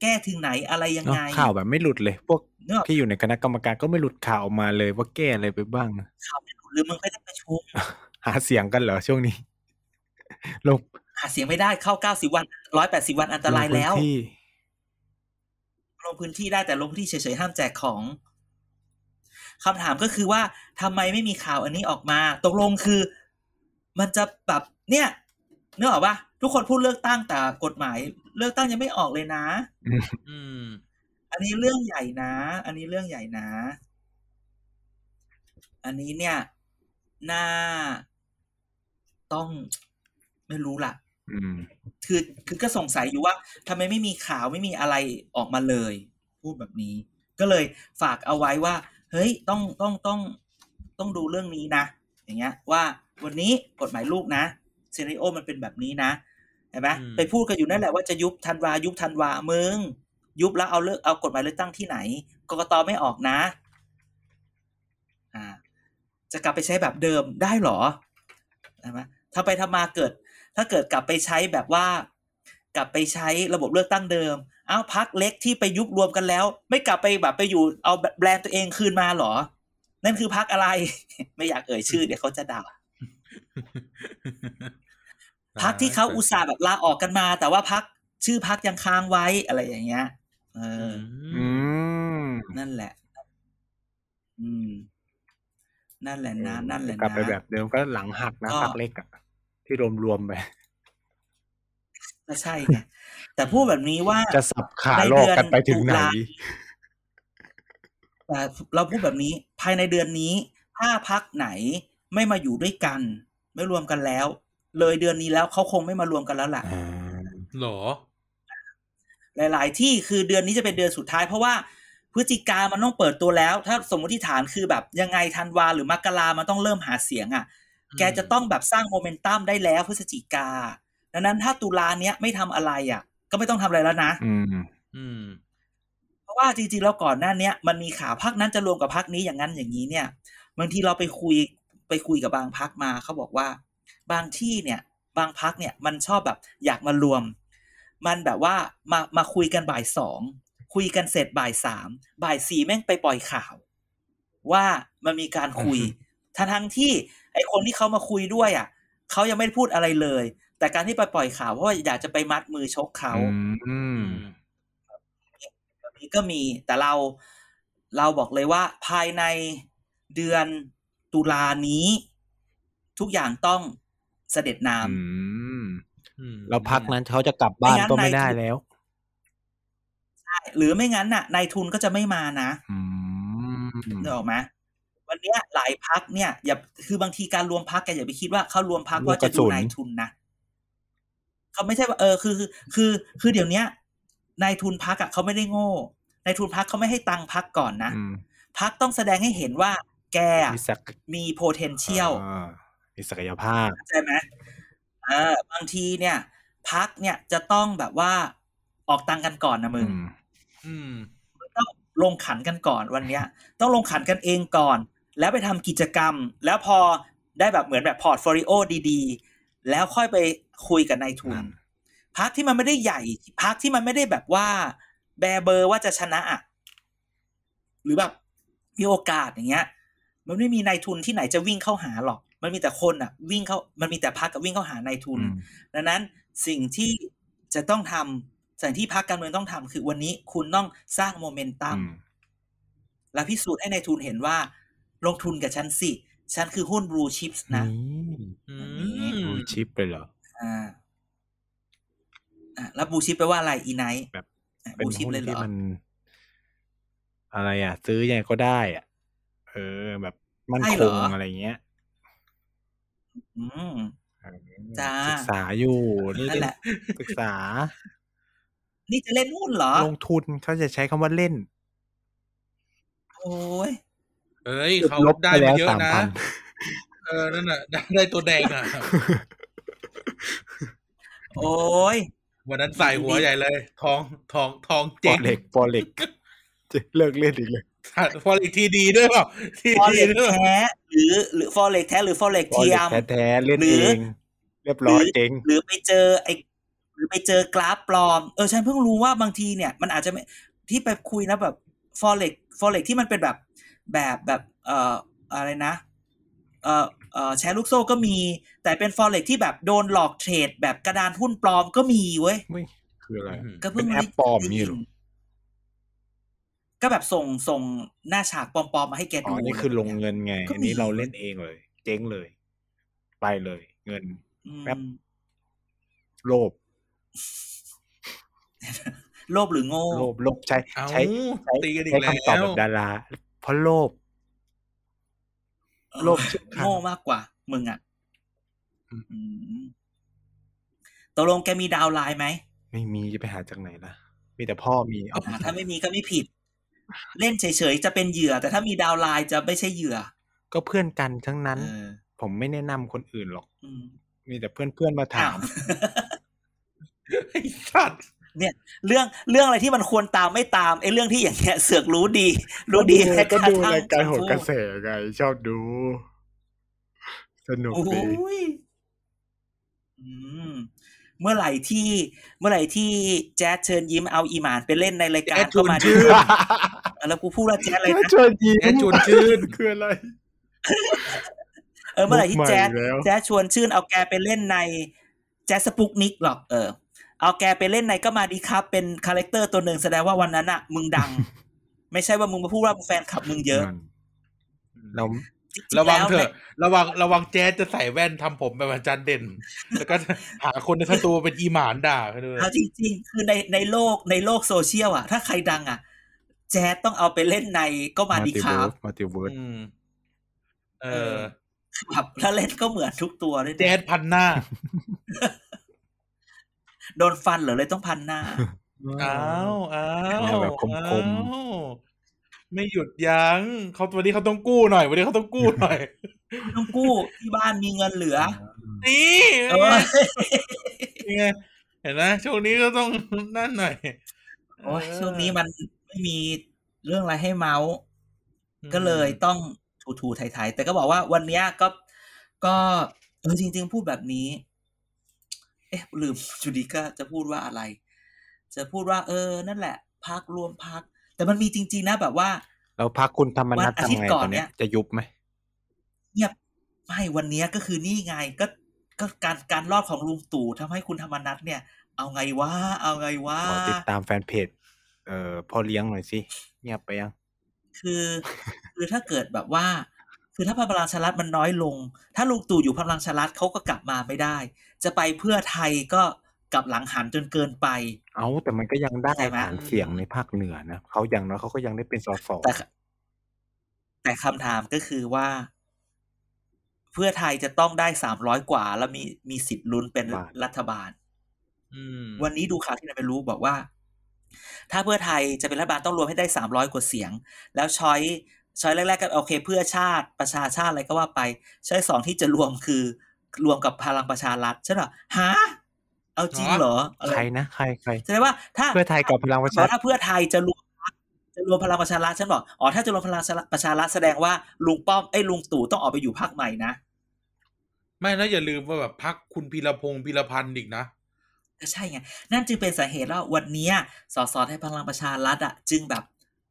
Speaker 4: แก้ถึงไหนอะไรยัง
Speaker 3: เนอะ
Speaker 4: ไง
Speaker 3: ข่าวแบบไม่หลุดเลย พวก
Speaker 4: เนื้ออก
Speaker 3: ที่อยู่ในคณะกรรมการก็ไม่หลุดข่าวออกมาเลยว่าแก้อะไรไปบ้างนะ
Speaker 4: ข่าวไม่หลุดหรือมึงไม่ได้ประชุม
Speaker 3: หาเสียงกันเหรอช่วงนี้ลง
Speaker 4: หาเสียงไม่ได้เข้าเก้าสิบวันร้อยแปดสิบวันอันตรายแล้ว
Speaker 3: งพื้นที่
Speaker 4: ลงพื้นที่ได้แต่ลงพื้นที่เฉยๆห้ามแจกของคำถามก็คือว่าทำไมไม่มีข่าวอันนี้ออกมา ตกลงคือ มันจะแบบเนี่ยเนื้อออกปะทุกคนพูดเลือกตั้งแต่กฎหมาย เลือกตั้งยังไม่ออกเลยนะ
Speaker 2: อืม
Speaker 4: อันนี้เรื่องใหญ่นะ อันนี้เรื่องใหญ่นะ อันนี้เนี่ยน่าต้องไม่รู้ล่ะ
Speaker 3: อืม
Speaker 4: คือคือก็สงสัยอยู่ว่าทำไมไม่มีข่าวไม่มีอะไรออกมาเลย พูดแบบนี้ ก็เลยฝากเอาไว้ว่า เฮ้ยต้องต้องต้องต้องดูเรื่องนี้นะ อย่างเงี้ย ว่าวันนี้กฎหมายลูกนะซีน n โอมันเป็นแบบนี้นะเห็นไหม
Speaker 2: อืม
Speaker 4: ไปพูดกันอยู่นั่นแหละว่าจะยุบธันวายุบธันวามึง ยุบแล้วเอาเลือกเอากฎหมายเลือกตั้งที่ไหนกกตไม่ออกนะ อ่า จะกลับไปใช้แบบเดิมได้เหรอใช่ไหมถ้าไปทำมาเกิด ถ้าเกิดกลับไปใช้แบบว่า กลับไปใช้ระบบเลือกตั้งเดิม เอ้าวพักเล็กที่ไปยุบรวมกันแล้ว ไม่กลับไปแบบไปอยู่เอาแบรนด์ตัวเองคืนมาเหรอ นั่นคือพักอะไร [laughs] ไม่อยากเอ่ยชื่อเดี๋ยวเขาจะด่า พักที่เขาอุตส่าห์แบบลาออกกันมา แต่ว่าพักชื่อพักยังค้างไว้อะไรอย่างเงี้ย เอ
Speaker 2: อื
Speaker 4: อ
Speaker 2: ม
Speaker 3: อืม
Speaker 4: นั่นแหละ อืม นั่นแหละนะ นั่นแหละนะ
Speaker 3: กลับไปแบบเดิมก็หลังหักนะ
Speaker 4: ก็
Speaker 3: พักเล็กอะที่ร
Speaker 4: [laughs]
Speaker 3: วมๆไป
Speaker 4: ก็ใช่ไง แต่พูดแบบนี้ว่า
Speaker 3: จะสับขา
Speaker 4: ใน
Speaker 3: หล
Speaker 4: เดื
Speaker 3: อก
Speaker 4: อน
Speaker 3: กันไปถึงไหน
Speaker 4: ตุลา แต่เราพูดแบบนี้ภายในเดือนนี้ ถ้าพักไหนไม่มาอยู่ด้วยกัน ไม่รวมกันแล้ว เลยเดือนนี้แล้วเขาคงไม่มารวมกันแล้วล่ะ
Speaker 3: อ่า
Speaker 2: หรอ
Speaker 4: หลาย ๆ ที่คือเดือนนี้จะเป็นเดือนสุดท้ายเพราะว่าพฤศจิกามันต้องเปิดตัวแล้ว ถ้าสมมติฐานคือแบบยังไงธันวาหรือมกรามันต้องเริ่มหาเสียงอ่ะ แกจะต้องแบบสร้างโมเมนตัมได้แล้วพฤศจิกา ดังนั้นถ้าตุลาเนี้ยไม่ทำอะไรอ่ะ ก็ไม่ต้องทำอะไรแล้วนะ
Speaker 3: อืม
Speaker 2: อืม
Speaker 4: เพราะว่าจริงๆแล้วก่อนหน้าเนี้ยมันมีข่าวพักนั้นจะรวมกับพักนี้อย่างนั้นอย่างนี้เนี่ยบางทีเราไปคุยไปคุยกับบางพักมาเขาบอกว่า บางที่เนี่ย บางพักเนี่ยมันชอบแบบอยากมารวม มันแบบว่ามามาคุยกันบ่ายสองคุยกันเสร็จบ่ายสามบ่ายสี่แม่งไปปล่อยข่าว ว่ามันมีการคุย ทั้งทั้งๆที่ไอคนที่เขามาคุยด้วยอ่ะเขายังไม่ได้พูดอะไรเลย แต่การที่ไปปล่อยข่าวเพราะว่าอยากจะไปมัดมือชกเขา
Speaker 3: อืม
Speaker 4: แบบนี้ก็มีแต่เราเราบอกเลยว่าภายในเดือนตุลานี้ ทุกอย่างต้องเสด็จน้
Speaker 3: อืม
Speaker 2: อืม
Speaker 3: แล้วพักนั้นเขาจะกลับบ้านก็ไม่ได้แล้ว
Speaker 4: ำหรือไม่งั้นน่ะนายทุนก็จะไม่มานะ
Speaker 3: อืม
Speaker 4: นึกออกไหมวันเนี้ยหลายพักเนี่ย อย่าคือบางทีการรวมพักแกอย่าไปคิดว่าเขารวมพักว่าจะ
Speaker 3: ลู
Speaker 4: ดู
Speaker 3: กกระสุน
Speaker 4: นายทุนนะเขาไม่ใช่ว่าเออคือคือคือคือเดี๋ยวเนี้ยนายทุนพักอะเขาไม่ได้โง่นายทุนพักเขาไม่ให้ตังค์พักก่อนนะ
Speaker 3: อืม
Speaker 4: พักต้องแสดงให้เห็นว่า แกอะ
Speaker 3: มีศัก
Speaker 4: มี potential
Speaker 3: อ่ามีศักยภาพ
Speaker 4: ใช่ไหมเออบางทีเนี่ย พักเนี่ยจะต้องแบบว่าออกตังค์กันก่อนนะมึ
Speaker 3: อื
Speaker 4: ง
Speaker 3: ม
Speaker 2: อืม
Speaker 4: ต้องลงขันกันก่อนวันเนี้ย ต้องลงขันกันเองก่อน แล้วไปทำกิจกรรม แล้วพอได้แบบเหมือนแบบพอร์ตโฟลิโอดีๆ แล้วค่อยไปคุยกับนายทุน
Speaker 3: อืม
Speaker 4: พักที่มันไม่ได้ใหญ่ พักที่มันไม่ได้แบบว่า แบเบอร์ว่าจะชนะอะหรือแบบมีโอกาสอย่างเงี้ย มันไม่มีนายทุนที่ไหนจะวิ่งเข้าหาหรอก มันมีแต่คนอะวิ่งเข้ามันมีแต่พักกับวิ่งเข้าหานายทุน
Speaker 3: อืม
Speaker 4: ดังนั้นสิ่งที่จะต้องทำสิ่งที่พรรคการเมืองต้องทำคือวันนี้คุณต้องสร้างโมเมนตัมและพิสูจน์ให้ในายทุนเห็นว่า ลงทุนกับฉันสิ ฉันคือหุ้นบลูชิพส์นะ
Speaker 2: อื
Speaker 3: นี่
Speaker 2: ม
Speaker 3: ดูชิปเลยเหรอ
Speaker 4: อ่าอ่ะแล้วบลูชิพแปลว่าอะไรอีไนท์
Speaker 3: แบบ
Speaker 4: อ่ะบ
Speaker 3: เป็น
Speaker 4: ลูชิพ
Speaker 3: หุ้น
Speaker 4: เลยเหร
Speaker 3: ที่
Speaker 4: อ
Speaker 3: มัน อะไรอ่ะ ซื้อยังไงก็ได้อ่ะ เออ แบบมั่นคงอะไรเงี้ย
Speaker 4: อืม
Speaker 3: เออ
Speaker 4: จ้า
Speaker 3: ศึกษาอยู่นี่
Speaker 4: นั่นแหละ
Speaker 3: ศึกษา
Speaker 4: นี่จะเล่นหุ้นเหรอ
Speaker 3: ลงทุนเขาจะใช้คำว่าเล่น
Speaker 4: โอ้ย
Speaker 2: เอ้ย
Speaker 3: จุด
Speaker 2: เขา
Speaker 3: ลบ
Speaker 2: ได้
Speaker 3: ไป
Speaker 2: มา
Speaker 3: แล้ว
Speaker 2: เยอะ
Speaker 3: สาม
Speaker 2: นะ
Speaker 3: พัน
Speaker 2: เออนั่นน่ะ [laughs] ได้ได้ตัวแดงอ่ะ
Speaker 4: โอ้ย
Speaker 2: วันนั้นใส่หัวใหญ่เลย ทองทองทอง
Speaker 3: ป
Speaker 2: เจ๊
Speaker 3: อง เล็กปอเล็กจะเลิกเล่นอีกเลย
Speaker 2: พออีกทีดีด้วยเปล่าที
Speaker 4: ฟอ
Speaker 2: ดี
Speaker 4: เล็ก
Speaker 2: ด้วย
Speaker 4: แท้หรือหรือฟอเล็กแท้หรือฟอเล็ก
Speaker 3: ปอ
Speaker 4: เที
Speaker 3: เล็
Speaker 4: ย
Speaker 3: ก
Speaker 4: ม
Speaker 3: แท้ๆเล่น
Speaker 4: หรื
Speaker 3: เอ
Speaker 4: อ
Speaker 3: ง เรียบร้อยเจ๊ง
Speaker 4: หรือไปเจอไอหรือไปเจอกราฟปลอม เออฉันเพิ่งรู้ว่าบางทีเนี่ย มันอาจจะไม่ที่ไปคุยนะแบบฟอเล็กฟอเล็กที่มันเป็นแบบแบบแบบเอ่ออะไรนะ เอ่อเอ่อแชร์ลูกโซ่ก็มี แต่เป็นฟอเล็กที่แบบโดนหลอกเทรด แบบกระดานหุ้นปลอมก็มีเว้ย
Speaker 3: ไม่คืออะไร
Speaker 2: อืม
Speaker 4: ก็เพิ่ง
Speaker 3: เป็นแอป
Speaker 4: ได้
Speaker 3: ปลอม
Speaker 4: ได้
Speaker 3: นี่
Speaker 4: ยิ
Speaker 3: หรอ
Speaker 4: ก็แบบส่งส่งหน้าฉากปลอมๆมาให้แก
Speaker 3: อ๋
Speaker 4: ดู
Speaker 3: อนี่คือลงเงินไง
Speaker 4: ก็มี
Speaker 3: อันนี้เราเล่นเองเลย เจ๊งเลย ไปเลย เงิน
Speaker 4: อืม
Speaker 3: แอป โลภ
Speaker 4: โลภหรือโง่
Speaker 3: โลภโลภใช้
Speaker 2: เอ้า
Speaker 3: ใช้ใช้
Speaker 2: ตีกันอีก
Speaker 3: ใช้
Speaker 2: แล้ว
Speaker 3: คำตอบแบบดาราเพราะโลภ โลภชิบหาย
Speaker 4: โง่มากกว่า มึงอ่ะอืมตกลงแกมีดาวน์ไลน์ไหม
Speaker 3: ไม่มีจะไปหาจากไหนล่ะ มีแต่พ่อมีเอา
Speaker 4: อ่ะถ้าไม่มีก็ไม่ผิด เล่นเฉยๆจะเป็นเหยื่อ แต่ถ้ามีดาวน์ไลน์จะไม่ใช่เหยื่อ
Speaker 3: ก็เพื่อนกันทั้งนั้น
Speaker 4: เออ
Speaker 3: ผมไม่แนะนำคนอื่นหรอก
Speaker 4: อืม
Speaker 3: มีแต่เพื่อนเพื่อนๆมาถาม
Speaker 4: อ้ว
Speaker 2: ไอ้สัตว์
Speaker 4: เรื่องเรื่องอะไรที่มันควรตามไม่ตามไอ้เรื่องที่อย่างเงี้ยเสือกรู้ดี รู้ดีแม้
Speaker 3: ก็ดู
Speaker 4: ทั่ง
Speaker 3: รายการโหนกระ
Speaker 4: ค
Speaker 3: แสไง ชอบดู สนุก
Speaker 4: ำพูด
Speaker 3: ดี
Speaker 4: โอ้ยอืม เมื่อไหร่ที่ เมื่อไหร่ที่แจ๊ดเชิญยิ้มเอาอีหมานไปเล่นในรายการ
Speaker 2: แจ๊ด
Speaker 4: ก็
Speaker 2: จูน
Speaker 4: มาดู
Speaker 2: ชื่น
Speaker 4: แล้วกูพูดว่าแจ๊ดอะไร
Speaker 3: แค่
Speaker 4: นะ
Speaker 3: ชวนยิ้ม
Speaker 2: แจ๊ดจูนชื่น
Speaker 3: คืออะไร
Speaker 4: เออเมื่อไหร่ที่
Speaker 3: มุกใหม่
Speaker 4: แจ๊ด
Speaker 3: แล้ว
Speaker 4: แจ๊ดชวนชื่นเอาแกไปเล่นในแจ๊สสปุกนิกหรอกเออ เอาแกไปเล่นในก็มาดีครับ เป็นคาแรคเตอร์ตัวหนึ่งแสดงว่าวันนั้นอะมึงดัง [laughs] ไม่ใช่ว่ามึงมาพูดว่าแฟนคลับมึงเยอะ
Speaker 3: เรา
Speaker 4: จๆ
Speaker 2: ระวัง
Speaker 4: แล้
Speaker 2: เถอะ ระวังระวังแจ๊ดจะใส่แว่นทำผมแบบอาจารย์เด่น แล้วก็หาคนในค่าตัวเป็นอีหมานด่าเขาด้วย
Speaker 4: เอาจริงๆ คือในในโลกในโลกโซเชียลอะถ้าใครดังอะแจ๊ดต้องเอาไปเล่นในก็มา
Speaker 3: มา
Speaker 4: ดี
Speaker 3: ติ
Speaker 4: ครั
Speaker 3: เวิ
Speaker 4: บ
Speaker 3: ร์สมาติเวิร์ส
Speaker 2: อืมเออ
Speaker 4: ครับแล้วเล่นก็เหมือนทุกตัวเลยนะ
Speaker 2: แจ๊ดพันหน้า
Speaker 4: โดนฟันเหรอเลยต้องพันหน้า
Speaker 2: อ้าวอ้า
Speaker 3: เนี่
Speaker 2: วย
Speaker 3: แบบคม
Speaker 2: อ้าวไม่หยุดยั้งเขาวันนี้เขาต้องกู้หน่อย วันนี้เขาต้องกู้หน่
Speaker 4: [laughs]
Speaker 2: อย
Speaker 4: ต้องกู้ที่บ้านมีเงินเหลือ
Speaker 2: นี่
Speaker 4: เออ
Speaker 2: เป็นไงเป็นไงเห็นนะช่วงนี้ก็ต้อง [laughs] นั่นหน่อย
Speaker 4: โอ้ย
Speaker 2: เออ
Speaker 4: ช่วงนี้มันไม่มีเรื่องอะไรให้เมาส์
Speaker 2: อืม
Speaker 4: ก็เลยต้องถูถูไถ่ายๆแต่ก็บอกว่าวันเนี้ยก็ก็เออจริง ๆ พูดแบบนี้ เอ๊ะลืม [laughs] จุดีก็จะพูดว่าอะไร จะพูดว่า เออ นั่นแหละพักรวมพัก แต่มันมีจริง ๆ นะแบบว่า
Speaker 3: ๆเราพักคุณธรรมนัฐ
Speaker 4: วันอาทิตย์
Speaker 3: ทำไง
Speaker 4: ก่อ
Speaker 3: ต
Speaker 4: น
Speaker 3: อนเนี้ย
Speaker 4: เนี่ย
Speaker 3: จะยุบไหม
Speaker 4: เงียบไม่วันเนี้ยก็คือนี่ไงก็ก็การการรอดของลุงตู่ทำให้คุณธรรมนัทเนี่ย เอาไงวะเอาไงวะ
Speaker 3: ขอติดตามแฟนเพจ เอ่อพ่อเลี้ยงหน่อยสิเงียบไปยัง
Speaker 4: คือคือถ้าเกิดแบบว่า คือถ้าพลังชารัฐมันน้อยลง ถ้าลุงตู่อยู่พลังชารัฐเขาก็กลับมาไม่ได้ จะไปเพื่อไทยก็กลับหลังหันจนเกินไป
Speaker 3: เอาแต่มันก็ยังได้
Speaker 4: ใช่ไหม
Speaker 3: ฐานเสียงในภาคเหนือนะเขาอย่างน้อยเขาก็ยังได้เป็นสส
Speaker 4: แต่ แต่คำถามก็คือว่า เพื่อไทยจะต้องได้สามร้อยกว่า แล้วมีมีสิทธิ์ลุ้นเป็นรัฐบาล
Speaker 2: อืม
Speaker 4: วันนี้ดูข่าวที่นายไปรู้บอกว่า ถ้าเพื่อไทยจะเป็นรัฐบาลต้องรวมให้ได้สามร้อยกว่าเสียง แล้วช้อยช้อยแรกๆก็โอเค เพื่อชาติประชาชาติอะไรก็ว่าไปช้อยสองที่จะรวมคือ รวมกับพลังประชารัฐใช่ป่ะฮะเอาจริงเหรออะไร
Speaker 3: ใครนะใครใคร
Speaker 4: แสดงว่าถ้า
Speaker 3: เพื่อไทยกับพลังประชารั
Speaker 4: ถ้า
Speaker 3: ฐ
Speaker 4: เพื่อไทยจะรวมจะรวมพลังประชารัฐฉันบอกอ๋อถ้าจะรวมพลังประชารัฐแสดงว่าลุงป้อมไอ้ยลุงตู่ต้องออกไปอยู่พรรคใหม่นะ
Speaker 2: ไม่นะอย่าลืมว่าแบบพักคุณพีรพงศ์พีรพันธ์อีกนะ
Speaker 4: ก็ใช่ไงนั่นจึงเป็นสาเหตุแล้วาวันเนี้ยสสให้พลังประชารัฐอะจึงแบบ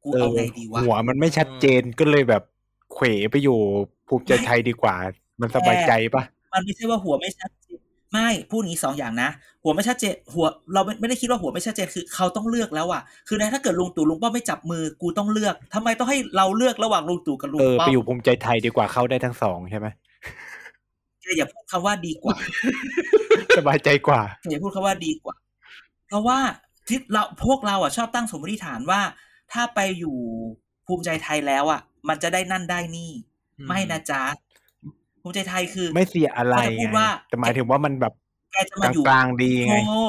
Speaker 4: กู
Speaker 3: เอ
Speaker 4: เอา
Speaker 3: อ
Speaker 4: ไงดีวะ
Speaker 3: หัวมันไม่ชัดเจนก็เลยแบบเขวไปอยู่ภูมิใจไทยดีกว่า มันสบายใจปะ
Speaker 4: มันไม่ใช่ว่าหัวไม่ชัดเจนไม่พูดอย่างนี้สองอย่างนะ หัวไม่ชัดเจนหัวเราไม่ไม่ได้คิดว่าหัวไม่ชัดเจนคือเขาต้องเลือกแล้วอ่ะคือในถ้าเกิดลุงตู่ลุงป้อมไม่จับมือกูต้องเลือกทำไมต้องให้เราเลือกระหว่างลุงตู่กับลุง
Speaker 3: เออ
Speaker 4: ป้
Speaker 3: ไป
Speaker 4: อม
Speaker 3: อยู่ภูมิใจไทยดีกว่าเข้าได้ทั้งสองใช่ไหม
Speaker 4: แกอย่าพูดคำว่าดีกว่า
Speaker 3: สบายใจกว่า
Speaker 4: แกอย่าพูดคำว่าดีกว่า เพราะว่าที่เราพวกเราอ่ะชอบตั้งสมมติฐานว่า ถ้าไปอยู่ภูมิใจไทยแล้วอ่ะ มันจะได้นั่นได้นี่
Speaker 2: อื
Speaker 4: ไม่นะจ๊ะภูมิใจไทยคือ
Speaker 3: ไม่เสียอะไร
Speaker 4: เขาจะพู
Speaker 3: ไง
Speaker 4: ดว่า
Speaker 3: แต่หมายถึงว่ามันแบบ
Speaker 4: แกจะ
Speaker 3: ก
Speaker 4: มาอยู่
Speaker 3: ลางๆดีไง
Speaker 4: โง่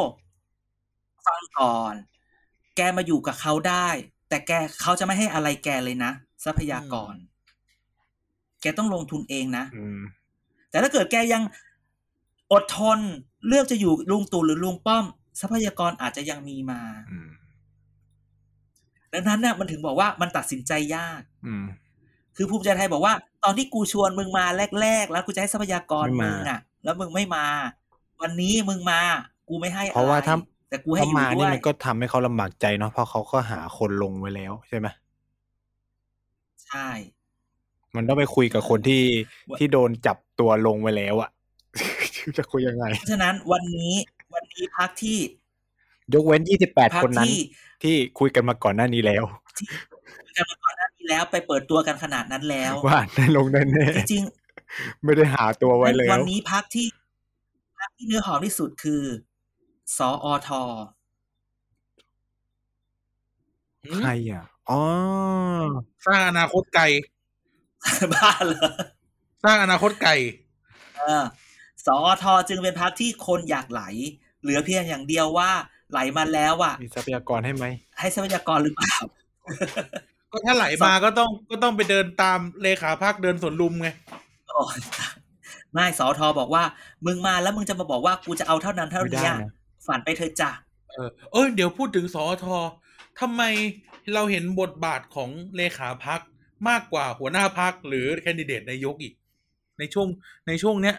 Speaker 4: ฟังก่อน แกมาอยู่กับเขาได้ แต่แกเขาจะไม่ให้อะไรแกเลยนะ ทรัพยากร แกต้องลงทุนเองนะ
Speaker 3: อืม
Speaker 4: แต่ถ้าเกิดแกยังอดทนเลือกจะอยู่ลุงตู่หรือลุงป้อม ทรัพยากรอาจจะยังมีมา
Speaker 3: อืม
Speaker 4: ดังนั้นน่ะมันถึงบอกว่ามันตัดสินใจยาก
Speaker 3: อืม
Speaker 4: คือภูมิใจไทยบอกว่า ตอนที่กูชวนมึงมาแรก ๆ แล้วกูจะให้ทรัพยากร
Speaker 3: ไม่มามึ
Speaker 4: มึงอ่ะ แล้วมึงไม่มา วันนี้มึงมา กูไม่ให้อไ
Speaker 3: เพราะว่าถ้า
Speaker 4: แต่กูให้
Speaker 3: ถ้า
Speaker 4: อยู่
Speaker 3: มา
Speaker 4: ด้
Speaker 3: นี่
Speaker 4: วย
Speaker 3: มันก็ทำให้เขาลำบากใจเนาะเพราะเขาก็หาคนลงไว้แล้วใช่ไหม
Speaker 4: ใช่
Speaker 3: มันต้องไปคุยกับคนที่
Speaker 4: ว่า
Speaker 3: ที่โดนจับตัวลงไว้แล้วอะ [laughs] จะคุยยังไง
Speaker 4: เพราะฉะนั้นวันนี้วันนี้พักที่
Speaker 3: ยกเว้นยี่สิบแปด
Speaker 4: พั
Speaker 3: คนนั้น
Speaker 4: ที่
Speaker 3: ที่คุยกันมาก่อนหน้านี้แล้ว
Speaker 4: คุยกันมาก่อนหน้านี้แล้วไปเปิดตัวกันขนาดนั้นแล้ว
Speaker 3: ว่าได้ลงแน่
Speaker 4: จริง
Speaker 3: ๆไม่ได้หาตัว
Speaker 4: ๆ
Speaker 3: ไว้แล้ว
Speaker 4: วันนี้พักที่พักที่เนื้อหอมที่สุดคือสออท [laughs]
Speaker 3: ใครอ่ะอ๋อ
Speaker 2: สร้างอนาคตไกล
Speaker 4: บ้าเหรอ
Speaker 2: สร้างอนาคตไกล
Speaker 4: เออสอทจึงเป็นพักที่คนอยากไหล เหลือเพียงอย่างเดียวว่าไหลมาแล้วอ่ะ
Speaker 3: มีทรัพยากรให้ไหม
Speaker 4: ให้ทรัพยากรหรือเปล่า [laughs]
Speaker 2: ก็ถ้าไหลมาก็ต้องก็ต้องไปเดินตามเลขาพักเดินสวนลุมไง
Speaker 4: โอ้ยไม่สอทบอกว่า มึงมาแล้วมึงจะมาบอกว่ากูจะเอาเท่านั้นเท่า
Speaker 3: ไม่ได้
Speaker 4: นี้
Speaker 3: นะ
Speaker 4: ฝันไปเธอะจ้ะ
Speaker 2: เออเอยเดี๋ยวพูดถึงสอทอทำไมเราเห็นบทบาทของเลขาพักมากกว่าหัวหน้าพักหรือแคนดิเดตนายกอีก ในช่วงในช่วงเนี้ย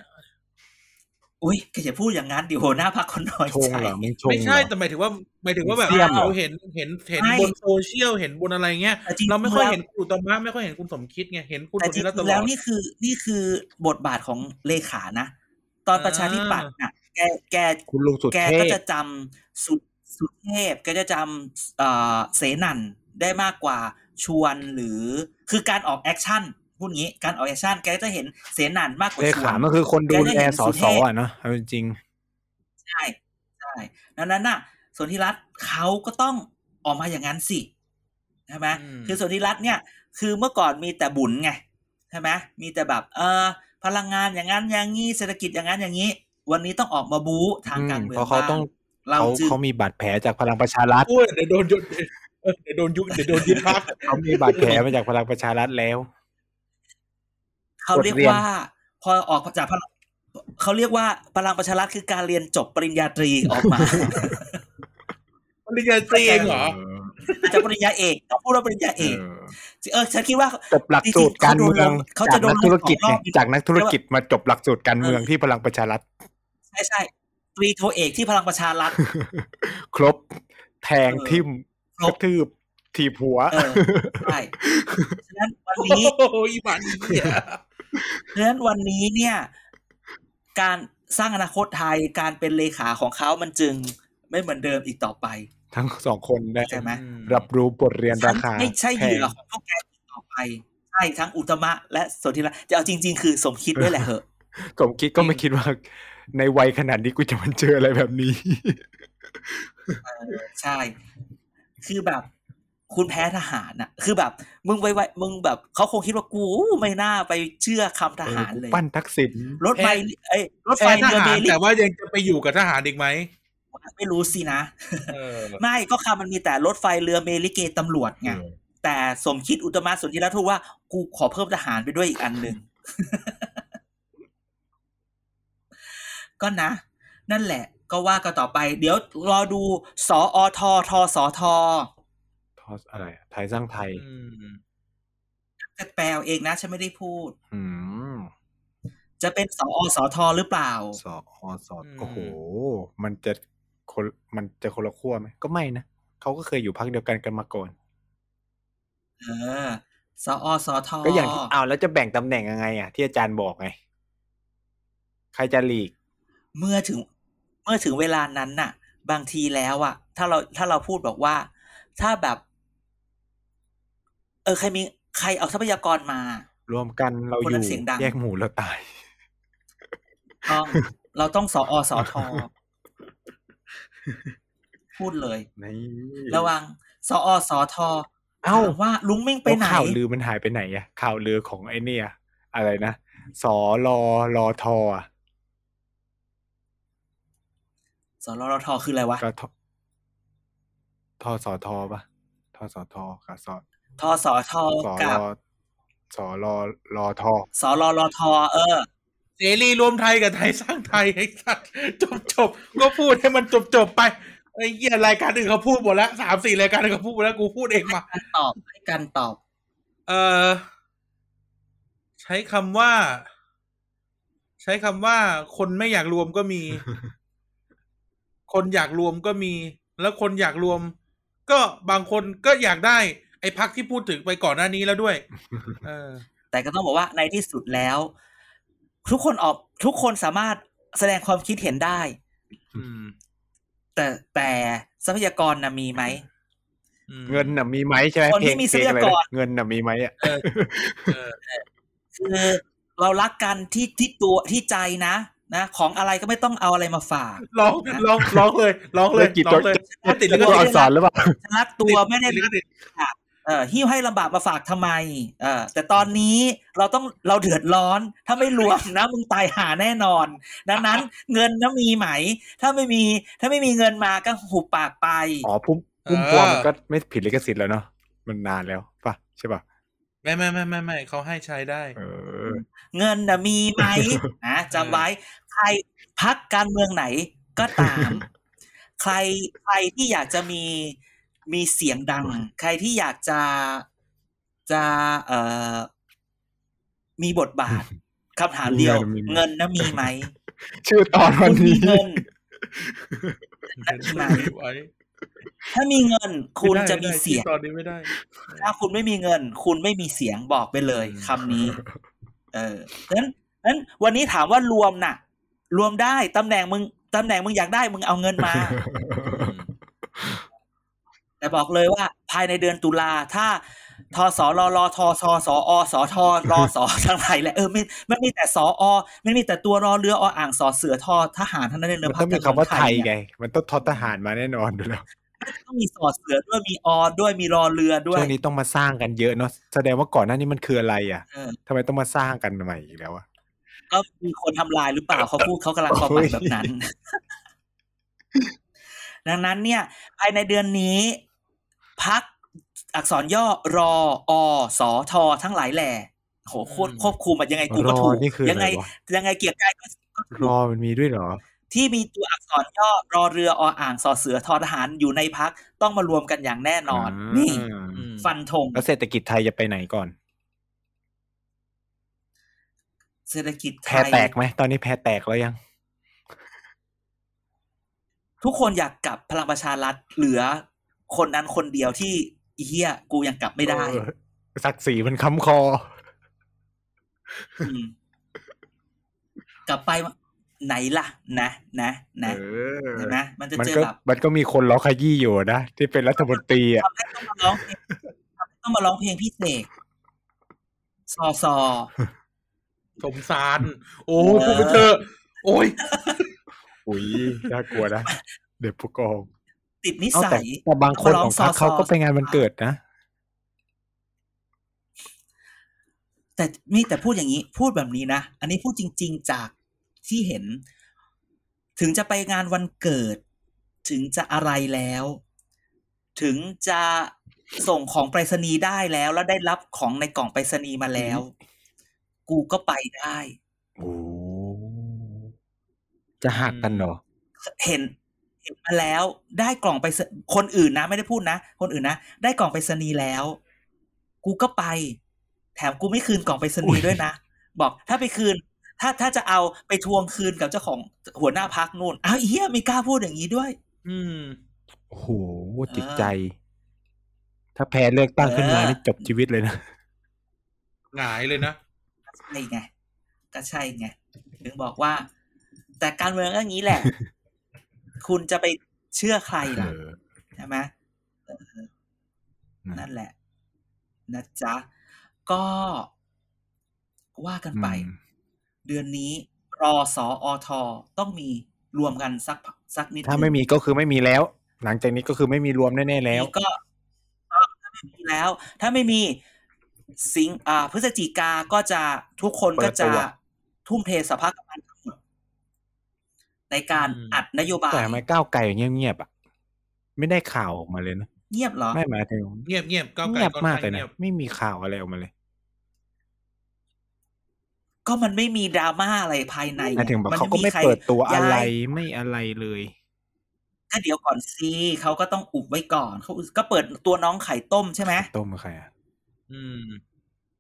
Speaker 4: อุ้ยแกอย่าพูดอย่างนั้นดิโหหน้าพักคนน้อย
Speaker 3: ชง
Speaker 4: ใจ
Speaker 3: เหรอมึงชง
Speaker 2: ไม่ใช่
Speaker 3: เหรอ
Speaker 2: แต่หมายถึงว่าหมายถึงว่าแบบ
Speaker 3: เสี่ยมเหรอ
Speaker 2: เราเห็นเห็นเห็น
Speaker 4: ไม่
Speaker 2: บนโซเชียลเห็นบนอะไรเงี้ย
Speaker 4: แต่จงๆ
Speaker 2: เราไม่ค่อย
Speaker 4: แล้ว
Speaker 2: เห็นคุณอุตมะไม่ค่อยเห็นคุณสมคิดไงเห็นคุณส
Speaker 4: แต่
Speaker 2: ม
Speaker 4: จ
Speaker 2: คิ
Speaker 4: ริ
Speaker 2: ด
Speaker 4: ง
Speaker 2: แล้วต
Speaker 4: ๆ
Speaker 2: ล
Speaker 4: แล้
Speaker 2: อ
Speaker 4: ว
Speaker 2: ด
Speaker 4: นี่คือ นี่คือบทบาทของเลขานะ ตอนประชาธิปัตย์น่ะ แกแก
Speaker 3: คุณลุงสุด
Speaker 4: แก
Speaker 3: เท
Speaker 4: ก็
Speaker 3: พ
Speaker 4: จะจำสุสุเทพก็จะจำเอ่อเสนันได้มากกว่าชวนหรือคือการออกแอคชั่นพูดงี้การออกแอคชั่นแกก็จะเห็นเสนันมากกว่า
Speaker 3: เล
Speaker 4: ชว
Speaker 3: ขาน มันคือคนดู
Speaker 4: แกได้
Speaker 3: แล
Speaker 4: เห็น
Speaker 3: สอ
Speaker 4: สุ
Speaker 3: ส
Speaker 4: เทพ
Speaker 3: อ่ะเนาะเอาจริง
Speaker 4: ใช่ใช่ดังนั้นน่ะสนธิรัตน์เขาก็ต้องออกมาอย่างนั้นสิใช่ไหม
Speaker 2: อืม
Speaker 4: คือสนธิรัตน์เนี่ยคือเมื่อก่อนมีแต่บุญไงใช่ไหมมีแต่แบบเออพลังงานอย่างนั้นอย่างนี้เศรษฐกิจอย่างนั้นอย่างนี้ วันนี้ต้องออกมาบู๊
Speaker 3: ๆ
Speaker 4: ทางการเมือง
Speaker 3: เพราะเขาต้อง
Speaker 4: เรา
Speaker 3: เขา
Speaker 4: จึง
Speaker 3: เขามีบาดแผลจากพลังประชารัฐ
Speaker 4: [laughs]
Speaker 2: โอ้ยเดี๋ยวโดนยุดเออเดี๋ยวโดนยุดเดี๋ยวโดนยึดพัก
Speaker 3: เขามีบาดแผลมาจากพลังประชารัฐแล้ว
Speaker 4: เขาเรียก
Speaker 3: บทเรียน
Speaker 4: ว่าพอออกจากพลังเขาเรียกว่าพลังประชารัฐคือการเรียนจบปริญญาตรีออก
Speaker 3: [laughs]
Speaker 4: มา
Speaker 2: ปริญญาตรีเองเหรอ
Speaker 4: อาจจะปริญญาเอกต้องพูดว่าปริญญาเอกเออฉันคิดว่า
Speaker 3: จบหลักสูตรการเมือง
Speaker 4: เขา
Speaker 3: จา
Speaker 4: จะ
Speaker 3: ก
Speaker 4: โด
Speaker 3: นั
Speaker 4: น
Speaker 3: กธุรกิจ
Speaker 4: สองร
Speaker 3: ไง
Speaker 4: อบ
Speaker 3: จากนักธุรกิจมาจบหลักสูตรการเมืองที่พลังประชารัฐ
Speaker 4: ใช่ใช่ตรีโทเอกที่พลังประชารัฐ
Speaker 3: [laughs] ครบแทง
Speaker 4: เออ
Speaker 3: ทิม
Speaker 4: คร
Speaker 3: ก
Speaker 4: บ
Speaker 3: ระทืบถีบหัว
Speaker 4: เออใช่ฉะนั้นวัน
Speaker 2: โอ้
Speaker 4: นี้
Speaker 2: โหอีบันเหี้ย
Speaker 4: ฉะนั้นวันนี้เนี่ย การสร้างอนาคตไทยการเป็นเลขาของเขามันจึงไม่เหมือนเดิมอีกต่อไป
Speaker 3: ทั้งสองคนได้
Speaker 4: ใช่ไหม
Speaker 3: รับรู้บทเรียนราคา
Speaker 4: ไม่ใช่
Speaker 3: แพ
Speaker 4: เหยื่
Speaker 3: ง
Speaker 4: อของพวกแกอีกต่อไปใช่ทั้งอุตมะและสนธิรัตน์จะเอาจริง ๆ คือสมคิดด้วยแหละเหอะ
Speaker 3: สมคิดก็ไม่คิดว่า ในวัยขนาดนี้กูจะมันเจออะไรแบบนี้
Speaker 4: ใช่ คือแบบ คุณแพ้ทหารน่ะ คือแบบ มึงไวไวมึงแบบเขาคงคิดว่ากูไม่น่าไปเชื่อคำทหารเลย
Speaker 3: ปั้นทักษิณ
Speaker 4: รถไฟเอ้ยรถไฟ
Speaker 2: แพ้ท
Speaker 4: เรือ
Speaker 2: หา
Speaker 4: เบ
Speaker 2: ร
Speaker 4: ลิ
Speaker 2: แต่
Speaker 4: ก
Speaker 2: ว่ายังจะไปอยู่กับทหารอีกไหม
Speaker 4: ไม่รู้สินะ
Speaker 2: เออ
Speaker 4: ไม่ก็คำมันมีแต่รถไฟเรือเมลิเกตำรวจไงแต่สมคิดอุตมะสนธิรัตน์พูดว่ากูขอเพิ่มทหารไปด้วยอีกอันหนึ่ง ก็นะ นั่นแหละ ก็ว่ากันต่อไป เดี๋ยวรอดูสออททสอทอ
Speaker 3: ทอสอะไรอะไทยสร้างไทย
Speaker 2: อืม
Speaker 4: แปลเอาเองนะ ฉันไม่ได้พูด
Speaker 3: อืม
Speaker 4: จะเป็นสออสอทอหรือเปล่า
Speaker 3: สออสอ
Speaker 2: อืม
Speaker 3: โอ้โห มันจะคนมันจะคนละขั้วไหมก็ไม่นะเขาก็เคยอยู่พักเดียวกันกันมาก่อน
Speaker 4: เออสออสอทอ
Speaker 3: ก็อย่างที่เอาวแล้วจะแบ่งตำแหน่งยังไงอ่ะที่อาจารย์บอกไง ใครจะหลีก
Speaker 4: เมื่อถึง เมื่อถึงเวลานั้นน่ะ บางทีแล้วอะถ้าเราถ้าเราพูดบอกว่า ถ้าแบบ เออใครมีใครเอาทรัพยากรมา
Speaker 3: รวมกันเราอ
Speaker 4: คน
Speaker 3: ยู่
Speaker 4: ละเสียงดัง
Speaker 3: แยกหมู่เราตาย
Speaker 4: ต้อง [laughs] เราต้องสออสอท [laughs] อพูดเลย
Speaker 3: นี่
Speaker 4: ระวังสออสอทอ
Speaker 3: เอ้า
Speaker 4: ถามว่าลุงมิ่งไปไหน
Speaker 3: แล้วข่าวลือมันหายไปไหนอ่ะ ข่าวลือของไอเนี่ย อะไรนะสอรอรอทออะ
Speaker 4: สอรอรอทอคืออะไรวะ
Speaker 3: ก็ทอท ทสทปะทสทกับส
Speaker 4: ทสท
Speaker 3: สร
Speaker 4: กับ
Speaker 3: สรรท
Speaker 4: สรลทเออ
Speaker 2: เสรีรวมไทยกับไทยสร้างไทย [laughs] ไอ้สัตว์จบจบๆก็พูดให้มันจบจบๆไปไอ้เหี้ยรายการอื่นเขาพูดหมดแล้วสามสี่รายการอื่นเขาพูดหมดแล้วกูพูดเองมา
Speaker 4: การตอบให้การตอบ
Speaker 2: เอ่อใช้คำว่า ใช้คำว่า คนไม่อยากรวมก็มี คนอยากรวมก็มี แล้วคนอยากรวม ก็บางคนก็อยากได้ ไอ้พักที่พูดถึงไปก่อนหน้านี้แล้วด้วย เออ
Speaker 4: แต่ก็ต้องบอกว่าในที่สุดแล้ว ทุกคนออกทุกคนสามารถแสดงความคิดเห็นได้
Speaker 2: อืม
Speaker 4: แต่แต่ทรัพยากรนะมีไหม
Speaker 2: อืม
Speaker 3: เงินน่ะมีไหมใช่ไหม
Speaker 4: คนที่
Speaker 3: เพลง
Speaker 4: มีทรั
Speaker 3: เพลง
Speaker 4: พยากร
Speaker 3: อะไรนะเงินน่ะมีไหมอ่ะ
Speaker 2: เออ เออ
Speaker 4: คือเรารักกันที่ที่ตัวที่ใจนะนะ ของอะไรก็ไม่ต้องเอาอะไรมาฝาก
Speaker 2: ร้องร้องร้องเลยร้องเลย
Speaker 3: ธุรกิจ
Speaker 2: ร้องเลย
Speaker 3: จะ
Speaker 2: ติด
Speaker 3: จะ
Speaker 2: ลิข
Speaker 3: ตัวอั
Speaker 2: สิท
Speaker 3: ก
Speaker 2: ธิ์
Speaker 3: ษรหรือเปล่า
Speaker 4: ฉันรักตัวไม่ได้
Speaker 2: ติดลิขสิทธิ์
Speaker 4: เอ่อหิ้วให้ลำบากมาฝากทำไม เออแต่ตอนนี้เราต้องเราเดือดร้อน ถ้าไม่รวมนะ [laughs] มึงตายหาแน่นอน ดังนั้น เงินนะมีไหม ถ้าไม่มี ถ้าไม่มีเงินมาก็หุบปากไป
Speaker 3: อ๋อพุ่มพุ่มพวงมันก็ไม่ผิดลิขสิทธิ์แล้วเนาะมันนานแล้วป่ะใช่ป่ะ
Speaker 2: ไม่ไม่ไม่ไม่ไม่เขาให้ใช้ได้
Speaker 3: เออ
Speaker 4: เงินนะมี [laughs] ไหม นะจำไว้ ใครพักการเมืองไหนก็ตาม [laughs] ใครใครที่อยากจะมีมีเสียงดัง ใครที่อยากจะจะเอ่อมีบทบา [laughs] ทคำถามเดียว
Speaker 3: มีเงิ
Speaker 4: เงิ
Speaker 3: น
Speaker 4: น
Speaker 3: นะ
Speaker 4: นะมีไหม
Speaker 3: ชื่อตอนวัน
Speaker 4: คุณมี
Speaker 3: นี้
Speaker 4: เงิน
Speaker 2: ไม่ได้ไว้
Speaker 4: ถ้ามีเงิน คุณจะมี
Speaker 2: ไได้ไได้
Speaker 4: เสียง
Speaker 2: ตอนนี้ไม่ได้
Speaker 4: ถ้าคุณไม่มีเงิน คุณไม่มีเสียงบอกไปเลย
Speaker 2: อืม
Speaker 4: คำ
Speaker 3: [laughs]
Speaker 4: นี้ เออนั้นนั้นวันนี้ถามว่ารวมน่ะ รวมได้ตำแหน่งมึงตำแหน่งมึงอยากได้มึงเอาเงิน
Speaker 3: [laughs]
Speaker 4: มา
Speaker 2: อืม
Speaker 4: แต่บอกเลยว่า ภายในเดือนตุลาถ้าทสรรทสสอสทร
Speaker 3: [laughs]
Speaker 4: สทั้งหลายแหละเออไม่ไม่มีแต่สอไม่มีแต่ตัวรอเรือออ่างสอเสือทอทหารทั้งนั้นเลยเน
Speaker 3: มัน
Speaker 4: อะ
Speaker 3: ต้องมี
Speaker 4: รร
Speaker 3: คำว่าไทย
Speaker 4: เนี่ย
Speaker 3: ไง มันต้องทอทหารมาแน่นอนดูแล้ว
Speaker 4: ต้องมีสอเสือด้วยมีอด้วยมีรอเรือด้วย
Speaker 3: ช่วงนี้ต้องมาสร้างกันเยอะเนาะแสดงว่าก่อนหน้านี้มันคืออะไรอ่ะ
Speaker 4: เออ
Speaker 3: ทำไมต้องมาสร้างกันใหม่อีกแล้วอ่ะ
Speaker 4: ก็มีคนทำลายหรือ
Speaker 3: [laughs]
Speaker 4: เปล่าเขาพูดเขากำลังความหมายแบบนั้น [laughs] ดังนั้นเนี่ย ภายในเดือนนี้ พักอักษรย่อรออสอทอทั้งหลายแหล่โหโคตร
Speaker 2: อืม
Speaker 4: ควบคุมอะยังไงกูก็
Speaker 3: รอ
Speaker 4: ถูก
Speaker 3: นี่คืออะไร
Speaker 4: ยังไง
Speaker 3: วะ
Speaker 4: ยังไงเกียรติกายก็ก็ถู
Speaker 3: ร
Speaker 4: ก
Speaker 3: อมันมีด้วยเหรอ
Speaker 4: ที่มีตัวอักษรย่อรอเรือออ่างสอเสือทอทหารอยู่ในพักต้องมารวมกันอย่างแน่นอน
Speaker 3: อ่านี่
Speaker 4: นี่
Speaker 2: อืม
Speaker 4: ฟันธง
Speaker 3: แล้วเศรษฐกิจไทยจะไปไหนก่อน
Speaker 4: เศรษฐกิจ
Speaker 3: แพ
Speaker 4: ไท
Speaker 3: ร
Speaker 4: ย
Speaker 3: แตกไหมตอนนี้แพรแตกแล้วยัง
Speaker 4: ทุกคนอยากกลับพลังประชารัฐเหลือ คนนั้นคนเดียวที่อีเฮียกูยังกลับไม่ได้
Speaker 3: เออศักดิ์ศรีมันค้ำคอ
Speaker 4: อืมกลับไปว่าไหนล่ะ นะนะนะ
Speaker 3: เอ
Speaker 4: เห็นไหมมันจะ
Speaker 3: มัน
Speaker 4: เจอ
Speaker 3: ก็
Speaker 4: แบบ
Speaker 3: มันก็มีคนร้องขยี้อยู่นะ ที่เป็นรัฐมนตรีอ่ะ
Speaker 4: ทำให้ต้องมาร้องเพลงทำให้ต้องมาร้องเพลงพี่เสกซอซอ
Speaker 2: สมสาร โอ้
Speaker 4: เออ
Speaker 2: พูดไปเถอะโอ้ย
Speaker 3: อุ้ยน่ากลัวนะ เด็กผู้กอง
Speaker 4: ติดนิ
Speaker 3: เอา
Speaker 4: สั
Speaker 3: แต่
Speaker 4: ย
Speaker 3: แต่บางคนของพรรค
Speaker 4: เขาร้อ
Speaker 3: เขา
Speaker 4: งซอซอ
Speaker 3: ก็ไปงานวันเกิดนะ
Speaker 4: แต่นี่แต่พูดอย่างนี้ พูดแบบนี้นะ อันนี้พูดจริง ๆ จากที่เห็น ถึงจะไปงานวันเกิด ถึงจะอะไรแล้ว ถึงจะส่งของไปรษณีย์ได้แล้ว แล้วได้รับของในกล่องไปรษณีย์มาแล้ว กูก็ไปได้
Speaker 3: โอ้จะหักกันเหรอ
Speaker 4: เห็นเห็นมาแล้ว ได้กล่องไปเสคนอื่นนะ ไม่ได้พูดนะ คนอื่นนะ ได้กล่องไปรษณีย์แล้ว กูก็ไป แถมกูไม่คืนกล่องไปรษณีย์ด้วยนะ บอกถ้าไปคืน ถ้าถ้าจะเอาไปทวงคืนกับเจ้าของหัวหน้าพักนู่นอ้าวเฮียไม่กล้าพูดอย่างนี้ด้วย
Speaker 2: อืม
Speaker 3: โอ้โหจิตใจ ถ้าแพ้เลือกตั้งขึ้นมา
Speaker 4: เออ
Speaker 3: นี่จบชีวิตเลยนะ
Speaker 2: หงายเลยนะ
Speaker 4: ใช่ไงก็ใช่ไงถึงบอกว่า แต่การเมืองก็อย่างนี้แหละ [laughs] คุณจะไปเชื่อใคร
Speaker 3: เอ
Speaker 4: ล่ะ
Speaker 3: อ
Speaker 4: ใช่ไหมเออ
Speaker 3: นะ
Speaker 4: นั่นแหละ นะจ๊ะ ก็ว่ากันไป
Speaker 3: อืม
Speaker 4: เดือนนี้ รอสออทอต้องมีรวมกันสักสักนิด
Speaker 3: ถ้าไม่
Speaker 4: หนึ่ง
Speaker 3: มีก็คือไม่มีแล้ว หลังจากนี้ก็คือไม่มีรวมแน่ๆแล้ว
Speaker 4: นี่ก็ถ้าไม่มีแล้ว ถ้าไม่มีสิงอ่าพฤศจิกาก็จะทุกคนก็
Speaker 3: เปิด
Speaker 4: จะ
Speaker 3: ตัว
Speaker 4: ทุ่มเทสภาพกำลังทั้งหมดในการ
Speaker 2: อืม
Speaker 4: อัดนโยบาย
Speaker 3: แต่ทำไมก้าวไกลเงียบๆอ่ะ ไม่ได้ข่าวออกมาเลยนะ
Speaker 4: เงียบเหรอ
Speaker 3: ไม่หมายถึง
Speaker 2: เงียบเงียบก้าวไกล
Speaker 3: เงียบ
Speaker 2: ค่อน
Speaker 3: มาก
Speaker 2: ข้าง
Speaker 3: เลยนะ
Speaker 2: เงียบ
Speaker 3: ไม่มีข่าวอะไรออกมาเลย
Speaker 4: ก็มันไม่มีดราม่าอะไรภายใน
Speaker 3: หมายถึงแบบ
Speaker 4: น
Speaker 3: เขาก็ไม่
Speaker 4: ใคร
Speaker 3: เปิดตัวอะไร
Speaker 4: ย้าย
Speaker 3: ไม่อะไรเลย
Speaker 4: ก็เดี๋ยวก่อนซีเขาก็ต้องอุบไว้ก่อนเขาก็เปิดตัวน้องไข่ต้มใช่ไหม
Speaker 3: ต้มกับใครอ่ะ
Speaker 2: อืม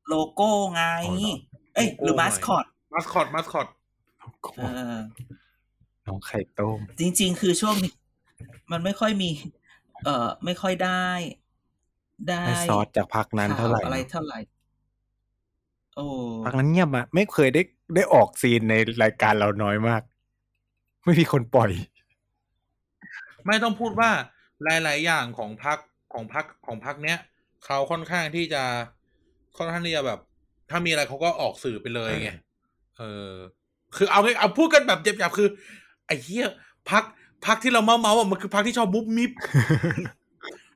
Speaker 4: โลโก้ไง
Speaker 3: อ๋อเหรอ
Speaker 4: เอ้ย หรือ
Speaker 2: โลโก้
Speaker 4: มาสคอต
Speaker 2: มาสคอตมาสคอต
Speaker 4: เออ
Speaker 3: น้องไข่ต้ม
Speaker 4: จริง ๆ คือช่วงนี้มันไม่ค่อยมี เอ่อ ไม่ค่อยได้ ได้
Speaker 3: ได้ซอสจากพักนั้นเท่าไหร่
Speaker 4: ข่วอะไร
Speaker 3: นะ
Speaker 4: เท่าไหร่ โอ้
Speaker 3: พักนั้นเงียบอะไม่เคยได้ได้ออกซีนในรายการเราน้อยมาก ไม่มีคนปล่อย
Speaker 2: ไม่ต้องพูดว่าหลาย ๆ อย่างของพักของพักของพักเนี้ยเขาค่อนข้างที่จะค่อนข้างที่จะแบบ ถ้ามีอะไรเขาก็ออกสื่อไปเลยไงเออ คือเอาไงเอาพูดกันแบบเจ็บๆคือ ไอ้เหี้ยพักพักที่เราเมาเมาๆอ่ะมันคือพักที่ชอบบุ๊บมิบ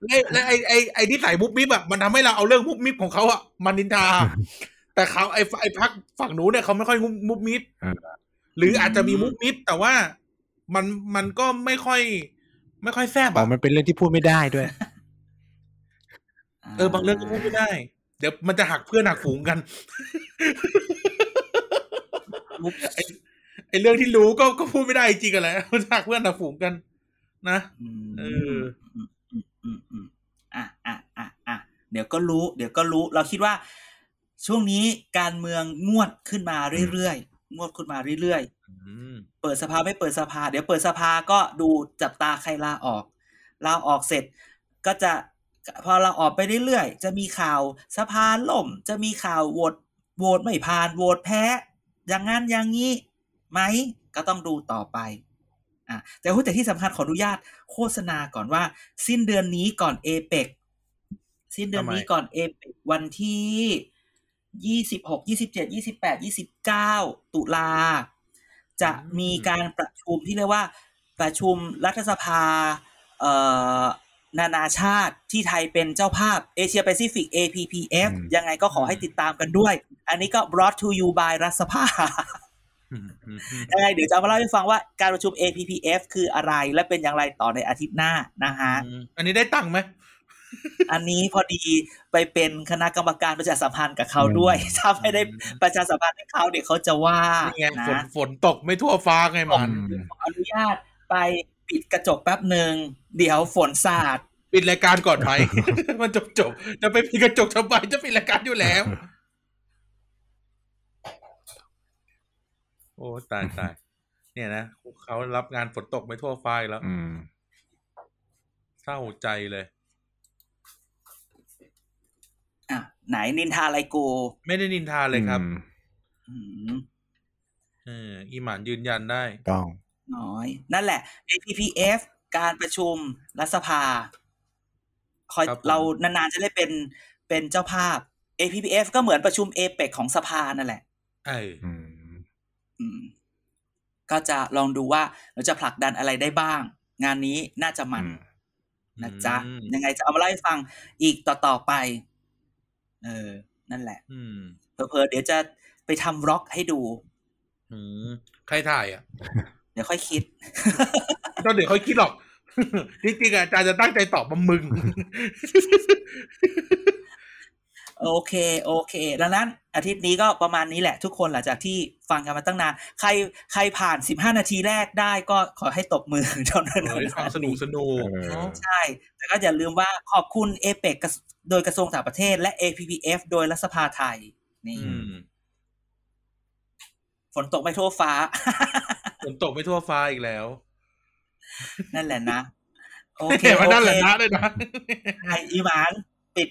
Speaker 2: และและไอไอไอที่ใส่มุบมิบแบบมันทำให้เราเอาเรื่องมุบมิบของเขาอะมานินทา แต่เขาไอไอพักฝั่งหนูเนี่ยเขาไม่ค่อยมุบมิบ
Speaker 3: เออ
Speaker 2: หรืออาจจะมีมุบมิบแต่ว่ามันมันก็ไม่ค่อย ไม่ค่อยแซบ
Speaker 3: บอก
Speaker 2: อะ
Speaker 3: มันเป็นเรื่องที่พูดไม่ได้ด้วย
Speaker 2: เออบางเรื่องก็พูดไม่ได้ เดี๋ยวมันจะหักเพื่อนหักฝูงกัน
Speaker 4: มุก
Speaker 2: ไอเรื่องที่รู้ก็ก็พูดไม่ได้จริงกันแหละ [laughs] มันจะหักเพื่อนหักฝูงกัน นะ เออ
Speaker 4: มอืมอ่ะอ่ะอ่ะอ่ะเดี๋ยวก็รู้ เดี๋ยวก็รู้ เราคิดว่า ช่วงนี้การเมืองงวดขึ้นมาเรื่อยๆ งวดขึ้นมาเรื่อย
Speaker 2: อืม
Speaker 4: ๆ เปิดสภาไม่เปิดสภา เดี๋ยวเปิดสภาก็ดูจับตาใครลาออก ลาออกเสร็จ ก็จะพอเราออกไปเรื่อยๆ จะมีข่าวสภาล่ม จะมีข่าวโหวตโหวตไม่ผ่านโหวตแพ้ อย่างงั้นอย่างนี้ไหมก็ต้องดูต่อไปอ่ะแต่หุ้ยแต่ที่สำคัญขออนุญาตโฆษณาก่อนว่า สิ้นเดือนนี้ก่อนเอเปกสิ้นเดือนนี้ก่อนเอเปกวันที่ยี่สิบหกยี่สิบเจ็ดยี่สิบแปดยี่สิบเก้าตุลา จะมีการประชุมที่เรียกว่าประชุมรัฐสภา เอ่อนานาชาติที่ไทยเป็นเจ้าภาพเอเชียแปซิฟิก APPF
Speaker 3: อืม
Speaker 4: ยังไงก็ขอให้ติดตามกันด้วย อันนี้ก็ brought to you by รัฐสภา
Speaker 2: อืมอืมอืม
Speaker 4: [laughs] ยังไงเดี๋ยวจะเอามาเล่าให้ฟังว่าการประชุม APPF คืออะไรและเป็นอย่างไรต่อในอาทิตย์หน้านะฮะ
Speaker 2: อันนี้ได้ตังค์ไหม
Speaker 4: อันนี้พอดีไปเป็นคณะกรรมการประชาสัมพันธ์กับเขาด้วย ถ้าไม่ได้ประชาสัมพันธ์ให้เขาเดี๋ยวเขาจะว่า
Speaker 2: นี่ไง
Speaker 4: นะ
Speaker 2: ฝนฝนตกไม่ทั่วฟ้าไงมัน
Speaker 4: ขออนุญาตไปปิดกระจกแป๊บหนึ่งเดี๋ยวฝนสาด
Speaker 2: ปิดรายการก่อนไหม [laughs] มันจบจบๆจะไปปิดกระจกทำไมจะปิดรายการอยู่แล้ว โอ้ตายตายเนี่ยนะเขารับงานฝนตกไม่ทั่วฟ้าอีกแล้ว
Speaker 3: อืม
Speaker 2: เศร้าใจเลย
Speaker 4: อ่ะ ไหนนินทาอะไรกู
Speaker 2: ไม่ได้นินทาเลยครับ
Speaker 3: อืม
Speaker 4: อืม
Speaker 2: เอออีหมานยืนยันได้
Speaker 3: ต้อง
Speaker 4: น้อย นั่นแหละ APPF การประชุมรัฐสภา คอย
Speaker 2: ครับผม
Speaker 4: เรานานๆจะได้เป็นเป็นเจ้าภาพ APPF ก็เหมือนประชุมเอเปกของสภานั่นแหละ
Speaker 2: เออ
Speaker 3: อืม
Speaker 4: อืม ก็จะลองดูว่าเราจะผลักดันอะไรได้บ้าง งานนี้น่าจะมัน นะจ๊ะ
Speaker 2: อืม
Speaker 4: ยังไงจะเอามาเล่าให้ฟังอีกต่อต่อๆไป เออ นั่นแหละ
Speaker 2: อืม
Speaker 4: เผลอๆเดี๋ยวจะไปทำร็อกให้ดู
Speaker 2: อืมใครถ่ายอ่ะ
Speaker 4: เดี๋ยวค่อยคิด
Speaker 2: ตอนเดี๋ยวค่อยคิดหรอก [laughs] จริงๆอะอาจารย์จะตั้งใจตอบมามึง
Speaker 4: โอเค โอเค ดังนั้น อาทิตย์นี้ก็ประมาณนี้แหละ ทุกคนหลังจากที่ฟังกันมาตั้งนาน ใครใครผ่าน 15 นาทีแรกได้ก็ขอให้ตบมือ [laughs] เท่านั้น
Speaker 2: เฮ้ยฟังสนุกสนุกเนอะ
Speaker 4: ใช่ แต่ก็อย่าลืมว่าขอบคุณเอเปกโดยกระทรวงต่างประเทศ และ APPF โดยรัฐสภาไทย นี่
Speaker 2: อืม
Speaker 4: ฝนตกไม่ทั่วฟ้า [laughs]
Speaker 2: ฝนตกไม่ทั่วฟ้าอีกแล้ว
Speaker 4: นั่นแหละนะ โอ
Speaker 2: [laughs]
Speaker 4: เค
Speaker 2: เนี่ยมันนั่นแหละ
Speaker 4: โอเค
Speaker 2: นะเลยนะ
Speaker 4: ไออีหวานปิด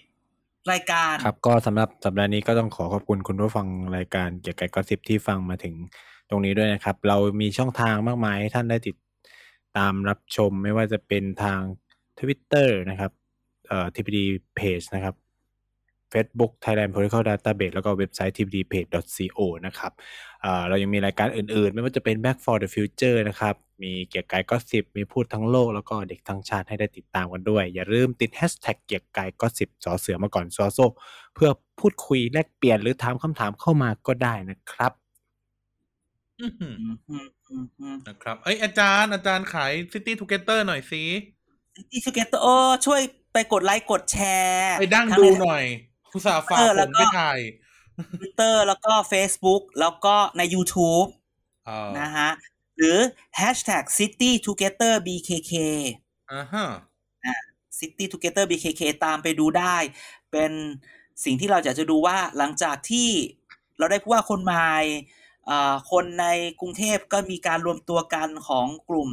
Speaker 4: รายการ
Speaker 3: ครับ ก็สำหรับสัปดาห์นี้ก็ต้องขอขอบคุณคุณผู้ฟังรายการเกี่ยวกับกอสิบที่ฟังมาถึงตรงนี้ด้วยนะครับ เรามีช่องทางมากมายให้ท่านได้ติดตามรับชมไม่ว่าจะเป็นทาง Twitter นะครับเอ่อ TPD Page นะครับ Facebook Thailand Political Database แล้วก็เว็บไซต์ tpdpage.co นะครับ เอ่อเรายังมีรายการอื่นๆ ไม่ว่าจะเป็น Back for the Future นะครับ มีเกียร์กายก็สิบมีพูดทั้งโลก แล้วก็เด็กทั้งชาติให้ได้ติดตามกันด้วย อย่าลืมติดแฮชแท็กเกียร์กายก็สิบสอเสือมาก่อนซอโซ เพื่อพูดคุยแลกเปลี่ยนหรือถามคำถามเข้ามาก็ได้นะครับ
Speaker 2: อื้อหือนะครับ เอ้ยอาจารย์อาจารย์ขายซิตี้ทูเกเตอร์หน่อยสิ
Speaker 4: ที่ชูเกตโตช่วยไป ไปกดไลค์กดแชร์
Speaker 2: ไปดั้ง
Speaker 4: ทั้
Speaker 2: ดู
Speaker 4: ใ
Speaker 2: หน่อยอุตส่าห์ฝาก
Speaker 4: เออ
Speaker 2: ผ
Speaker 4: แล้ว
Speaker 2: ม
Speaker 4: ก็
Speaker 2: ไปถ่าย
Speaker 4: ทวิตเตอร์แล้วก็ Facebook แล้วก็ใน YouTube
Speaker 2: เออ
Speaker 4: นะฮะ หรือ hashtag city together bkk
Speaker 2: อ่าฮะ
Speaker 4: city together bkk ตามไปดูได้ เป็นสิ่งที่เราอยากจะดูว่าหลังจากที่เราได้ผู้ว่าคนใหม่เอ่อคนในกรุงเทพก็มีการรวมตัวกันของกลุ่ม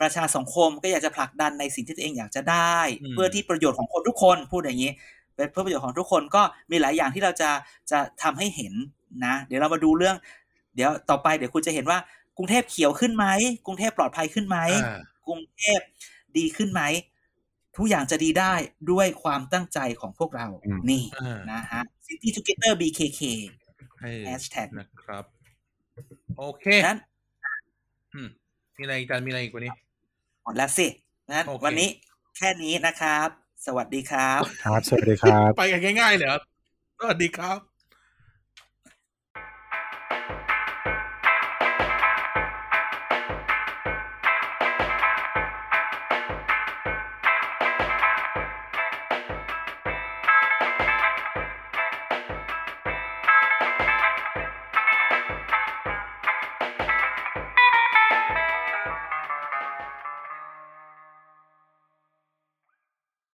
Speaker 4: ประชาสังคม ก็อยากจะผลักดันในสิ่งที่ตัวเองอยากจะได้
Speaker 2: อืม
Speaker 4: เพื่อที่ประโยชน์ของคนทุกคนพูดอย่างนี้ เป็นเพื่อประโยชน์ของทุกคนก็มีหลายอย่างที่เราจะจะทำให้เห็นนะ เดี๋ยวเรามาดูเรื่อง เดี๋ยวต่อไปเดี๋ยวคุณจะเห็นว่ากรุงเทพเขียวขึ้นไหมกรุงเทพปลอดภัยขึ้นไหม
Speaker 2: อ่าก
Speaker 4: รุงเทพดีขึ้นไหม ทุกอย่างจะดีได้ด้วยความตั้งใจของพวกเรา
Speaker 3: อืม
Speaker 4: นี่
Speaker 2: อ่า
Speaker 4: นะฮะ City Together BKK
Speaker 2: ให้
Speaker 4: Hashtag
Speaker 2: นะครับ โอเค
Speaker 4: นั้น
Speaker 2: มีอะไรอีกจานมีอะไรอีกวันนี้
Speaker 4: หมดแล้วสินั้น
Speaker 2: โอเค
Speaker 4: วันนี้แค่นี้นะครับ สวัสดีครับ
Speaker 3: ครับ สวัสดีครับ
Speaker 2: ไปกันง่ายๆเลยครับสวัสดีครับ